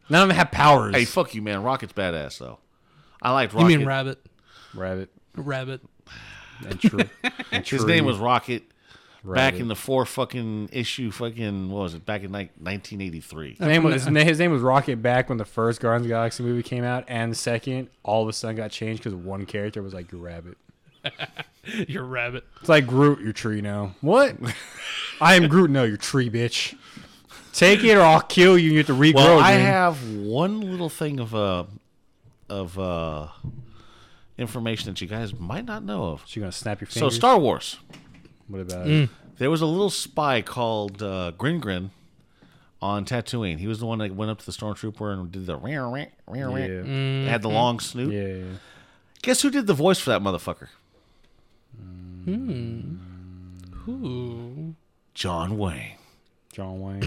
Speaker 5: None of them have powers.
Speaker 1: Hey, fuck you, man. Rocket's badass though. I liked
Speaker 9: You
Speaker 1: Rocket.
Speaker 9: mean rabbit?
Speaker 5: Rabbit
Speaker 9: Rabbit.
Speaker 1: [LAUGHS]
Speaker 5: and true.
Speaker 1: His name was Rocket. Back in the four fucking issue, fucking what was it? Back in like 1983.
Speaker 5: His name was his na- his name was Rocket back when the first Guardians of the Galaxy movie came out, and the second all of a sudden got changed because one character was like your rabbit.
Speaker 9: You're rabbit.
Speaker 5: It's like Groot, your tree now. What?
Speaker 1: [LAUGHS]
Speaker 5: I am Groot. No, your tree, bitch. Take it or I'll kill you. and You have to regrow.
Speaker 1: Well, I
Speaker 5: again.
Speaker 1: have one little thing of uh of uh information that you guys might not know of.
Speaker 5: She gonna snap your
Speaker 1: So
Speaker 5: fingers.
Speaker 1: Star Mm. Wars.
Speaker 5: What about it?
Speaker 1: There was a little spy called uh, Grin Grin on Tatooine. He was the one that went up to the stormtrooper and did the rare rare rare
Speaker 5: Yeah.
Speaker 1: rare. Had the long
Speaker 8: Mm-hmm.
Speaker 1: snoot.
Speaker 5: Yeah, yeah, yeah.
Speaker 1: Guess who did the voice for that motherfucker?
Speaker 8: Hmm.
Speaker 9: Ooh.
Speaker 1: John Wayne.
Speaker 5: John Wayne.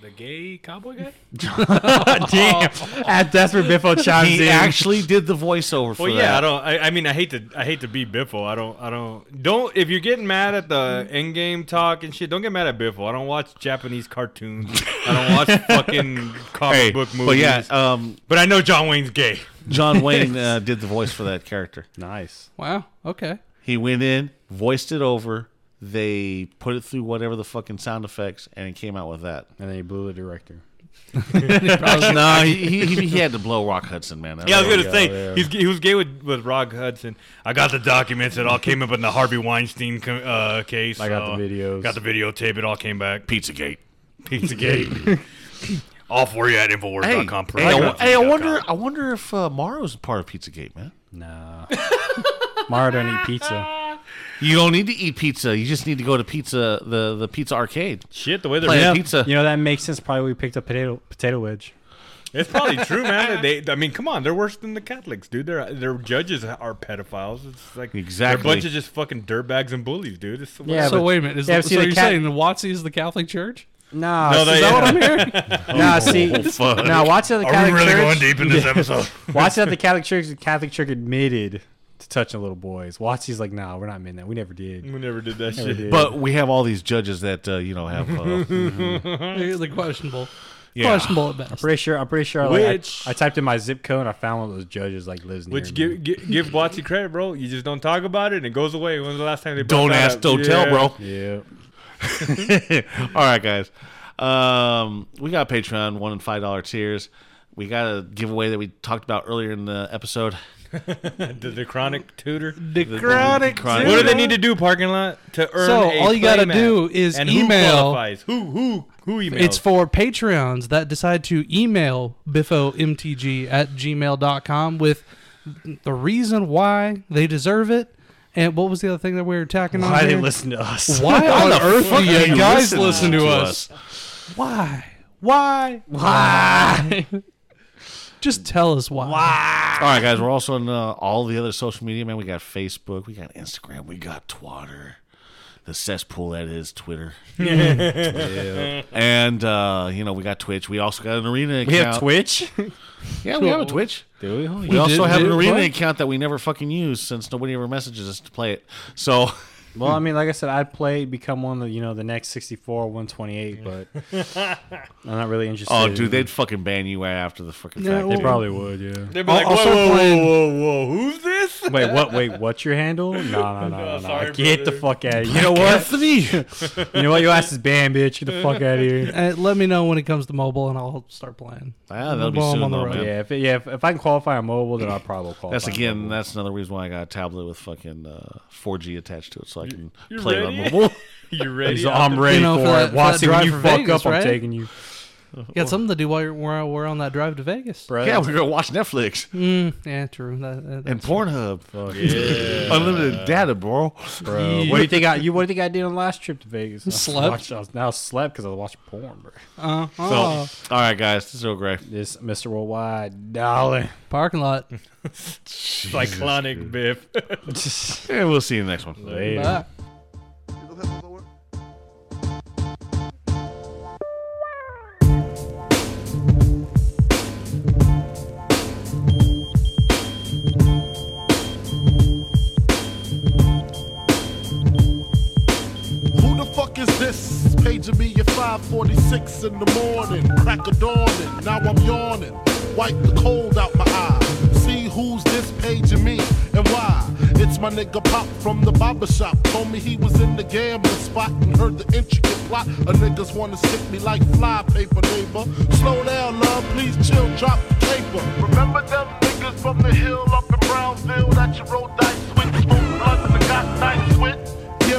Speaker 8: The gay cowboy guy?
Speaker 5: [LAUGHS] Damn. At- That's where Biffo chimes
Speaker 1: He
Speaker 5: in.
Speaker 1: actually did the voiceover for
Speaker 8: Well, yeah, I
Speaker 1: that.
Speaker 8: don't. I, I mean, I hate to. I hate to be Biffle. I don't. I don't. Don't. If you're getting mad at the end game talk and shit, don't get mad at Biffle. I don't watch Japanese cartoons. I don't watch fucking comic
Speaker 1: Hey,
Speaker 8: book movies.
Speaker 1: but yeah, um,
Speaker 8: but I know John Wayne's gay.
Speaker 1: John [LAUGHS] Wayne uh, did the voice for that character.
Speaker 5: nice.
Speaker 9: Wow. Okay.
Speaker 1: He went in, voiced it over. They put it through whatever the fucking sound effects, and it came out with [LAUGHS] that.
Speaker 5: And then he blew the director.
Speaker 1: no, he, he, he he had to blow Rock Hudson, man. That
Speaker 8: Yeah, I was gonna
Speaker 5: go,
Speaker 8: say
Speaker 5: yeah.
Speaker 8: he's, he was gay with with Rog Hudson. I got the documents. It all came up in the Harvey Weinstein co- uh, case.
Speaker 5: I got
Speaker 8: so-
Speaker 5: the videos.
Speaker 8: Got the videotape. It all came back. [LAUGHS]
Speaker 1: Pizzagate.
Speaker 8: Pizzagate. all for you at Infowars.com.
Speaker 1: hey, I, wo- hey, I wonder, I wonder if uh, Mario's part of Pizzagate, man.
Speaker 5: Nah. Mara don't eat pizza.
Speaker 1: You don't need to eat pizza. You just need to go to pizza, the the pizza arcade.
Speaker 8: Shit, the way
Speaker 1: Play
Speaker 8: they're
Speaker 1: a pizza.
Speaker 5: You know that makes sense. Probably we picked up potato potato wedge.
Speaker 8: It's probably true, man.
Speaker 9: [LAUGHS]
Speaker 8: They, I mean, come on, they're worse than the Catholics, dude. Their their judges are pedophiles. It's like
Speaker 1: Exactly.
Speaker 8: they're a bunch of just fucking dirtbags and bullies, dude. It's
Speaker 5: Yeah,
Speaker 9: so
Speaker 5: but-
Speaker 9: wait a minute. Is
Speaker 5: yeah,
Speaker 9: the-
Speaker 5: but see,
Speaker 9: so
Speaker 5: the
Speaker 9: you're
Speaker 5: cat-
Speaker 9: saying the Watsi is the Catholic [LAUGHS] Church?
Speaker 5: Nah.
Speaker 8: No,
Speaker 5: is
Speaker 8: they-
Speaker 5: that what
Speaker 9: [LAUGHS]
Speaker 5: I'm hearing? nah. See.
Speaker 1: fuck.
Speaker 5: Nah. Watch out the
Speaker 4: Are we
Speaker 5: Catholic
Speaker 4: really
Speaker 5: Church.
Speaker 4: going
Speaker 5: [LAUGHS]
Speaker 4: deep in this episode?
Speaker 5: Watch out the Catholic Church. The Catholic Church admitted to touching little boys. Watsy's like, nah, we're not men that. We never did.
Speaker 8: We never did that shit.
Speaker 1: But we have all these judges that uh, you know have. Uh,
Speaker 9: They're they're questionable.
Speaker 1: Yeah.
Speaker 9: Questionable at
Speaker 5: I'm
Speaker 9: best.
Speaker 5: pretty sure. I'm pretty sure. Like, I-
Speaker 8: Which-
Speaker 5: I, typed in my zip code and I found one of those judges like lives near.
Speaker 8: Which
Speaker 5: me.
Speaker 8: give, give give Watsy credit, bro. You just don't talk about it and it goes away. When's the last time they
Speaker 1: [LAUGHS]
Speaker 8: brought
Speaker 1: don't
Speaker 8: that
Speaker 1: ask,
Speaker 8: up?
Speaker 1: don't tell, bro.
Speaker 8: Yeah.
Speaker 5: Yeah.
Speaker 1: [LAUGHS] All right, guys. Um, we got Patreon one and five dollar tiers. We got a giveaway that we talked about earlier in the episode.
Speaker 8: The, the chronic tutor.
Speaker 1: The- the- the chronic-
Speaker 8: What do they need to do, parking lot, to earn?
Speaker 9: So,
Speaker 8: a
Speaker 9: all you gotta
Speaker 8: playmat?
Speaker 9: do is
Speaker 8: and Who
Speaker 9: email-
Speaker 8: qualifies? Who who who emails?
Speaker 9: It's for Patreons that decide to email biffomtg at gmail.com with the reason why they deserve it. And what was the other thing that we were attacking on?
Speaker 5: Why they
Speaker 9: here?
Speaker 5: listen to us?
Speaker 9: Why on
Speaker 1: the
Speaker 9: earth
Speaker 1: fuck
Speaker 9: do
Speaker 1: are
Speaker 9: you
Speaker 1: you
Speaker 9: guys
Speaker 1: listening
Speaker 9: listen to
Speaker 1: to
Speaker 9: us? Why? Why?
Speaker 5: Why?
Speaker 9: Just tell us why.
Speaker 1: All right, guys. We're also on uh, all the other social media. Man, we got Facebook, we got Instagram, we got Twitter, the cesspool that is Twitter, and uh, you know we got Twitch. We also got an arena. Account.
Speaker 5: We have Twitch. [LAUGHS]
Speaker 1: Yeah, we have a Twitch.
Speaker 5: Do we? Holy
Speaker 1: We also
Speaker 9: did-
Speaker 1: have
Speaker 9: did
Speaker 1: an
Speaker 9: it
Speaker 1: arena
Speaker 9: play?
Speaker 1: account that we never fucking use since nobody ever messages us to play it. So
Speaker 5: Well, I mean, like I said, I'd play become one of the you know the next 64, 128, [LAUGHS] but I'm not really interested.
Speaker 1: Oh,
Speaker 5: in-
Speaker 1: dude, they'd fucking ban you right after the fucking
Speaker 9: Yeah,
Speaker 1: fact.
Speaker 5: they
Speaker 1: dude.
Speaker 5: probably would, yeah.
Speaker 8: They'd be
Speaker 9: I'll-
Speaker 8: like,
Speaker 9: I'll
Speaker 8: whoa,
Speaker 9: start
Speaker 8: whoa,
Speaker 9: playing-
Speaker 8: whoa, whoa, whoa, who's this? [LAUGHS]
Speaker 5: Wait, what? Wait, what's your [LAUGHS] handle? No, no, no, no. no.
Speaker 8: sorry,
Speaker 5: Get the
Speaker 8: brother.
Speaker 5: fuck out. of here. You know what?
Speaker 1: Anthony,
Speaker 5: You know what? Your ass is banned, bitch. Get the fuck out of [LAUGHS] here.
Speaker 9: Uh, let me know when it comes to mobile, and I'll start playing.
Speaker 1: Ah, that'll be
Speaker 9: While I'm
Speaker 1: soon,
Speaker 9: on the
Speaker 1: though,
Speaker 9: road.
Speaker 1: man.
Speaker 5: Yeah, if it, yeah, if, if I can qualify on mobile, then I'll probably qualify.
Speaker 1: That's
Speaker 5: on
Speaker 1: again.
Speaker 5: mobile.
Speaker 1: That's another reason why I got a tablet with fucking uh, 4G attached to it, so I can
Speaker 8: you
Speaker 1: play it on
Speaker 8: ready?
Speaker 1: mobile.
Speaker 8: You ready?
Speaker 5: So I'm ready
Speaker 9: know,
Speaker 5: for,
Speaker 9: for that-
Speaker 5: it.
Speaker 9: for that
Speaker 5: Watson, when
Speaker 9: drive
Speaker 5: you
Speaker 9: for
Speaker 5: fuck
Speaker 9: Vegas,
Speaker 5: up, I'm
Speaker 9: right?
Speaker 5: taking you,
Speaker 9: Got something to do while you're, while we're on that drive to Vegas.
Speaker 5: bro.
Speaker 1: yeah, we're gonna watch Netflix
Speaker 9: Mm, yeah, true. That, that,
Speaker 1: and
Speaker 9: that's-
Speaker 1: Pornhub, [LAUGHS] unlimited data, bro.
Speaker 5: bro. What do you think I you? What do you think I did on the last trip to Vegas? I was
Speaker 9: Slept.
Speaker 5: watching- [LAUGHS] I was now slept because I was watching porn, bro.
Speaker 9: uh,
Speaker 1: So,
Speaker 9: uh,
Speaker 1: all right, guys, this is Earl Grey.
Speaker 5: This Mr. Worldwide, darling.
Speaker 9: parking lot.
Speaker 8: Cyclonic Biff.
Speaker 1: and we'll see you in the next one.
Speaker 5: Later.
Speaker 9: Bye.
Speaker 11: Who the fuck is this? Paging me at 546 in the morning. Crack of dawning, now I'm yawning. Wipe the cold out my eye. See who's this paging me and why? It's my nigga Pop from the barber shop. Told me he was in the gambling spot and heard the intricate plot. A niggas wanna stick me like fly paper, neighbor. Slow down, love, please chill, drop the paper. Remember them niggas from the hill up in Brownsville that you rolled dice with, smooth blunts and got nice with? Yeah,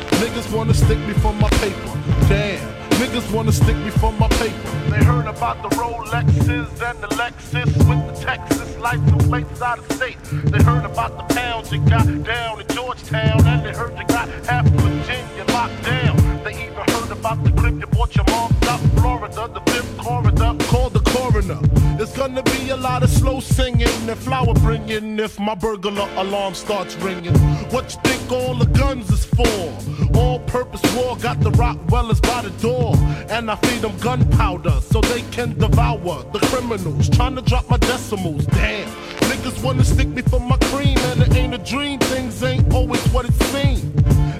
Speaker 11: Niggas wanna stick me for my paper. Damn. Niggas wanna stick me for my paper. They heard about the Rolexes and the Lexus with the Texas license plates out of state. They heard about the pounds you got down in Georgetown, and they heard you got half Virginia locked down. They even heard about the crib you bought your mom up Florida, the fifth corridor. Call the coroner. It's gonna be a lot of slow singing and flower bringing if my burglar alarm starts ringing. What you think all the guns is for? All purpose war got the Rockwellers by the door. And I feed them gunpowder so they can devour the criminals. Trying to drop my decimals, damn. Niggas wanna stick me for my cream, and it ain't a dream. Things ain't always what it seems.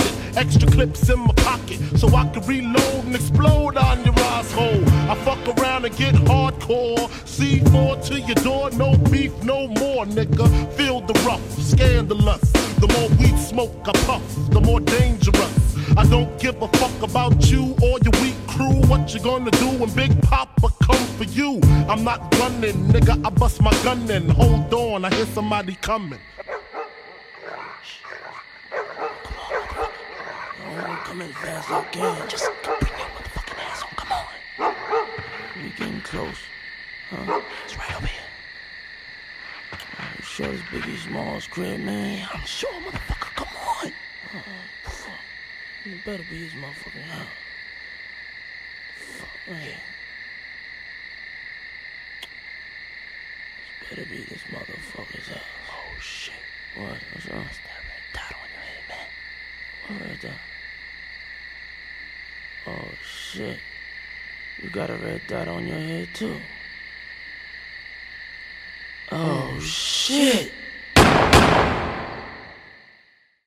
Speaker 11: it. Extra clips in my pocket so I can reload and explode on your asshole. I fuck around and get hardcore. C4 to your door, no beef, no more, nigga. Feel the rough, scandalous. The more weed smoke I puff, the more dangerous. I don't give a fuck about you or your weak crew. What you gonna do when Big Papa come for you? I'm not running, nigga. I bust my gun and hold on. I hear somebody coming.
Speaker 2: Oh, come in fast as I can. Just bring that motherfucking ass on. Come on. We getting close. Huh? It's right over here. You sure this Biggie Smalls crib, man? Yeah, I'm sure, motherfucker. Come on. Uh, fuck. It better be his motherfucking house. Fuck, man. This better be this motherfucker's house. Oh, shit. What? What's wrong? What's that red dot on your head, man? What red dot? Oh shit. You got a red dot on your head too. Oh shit.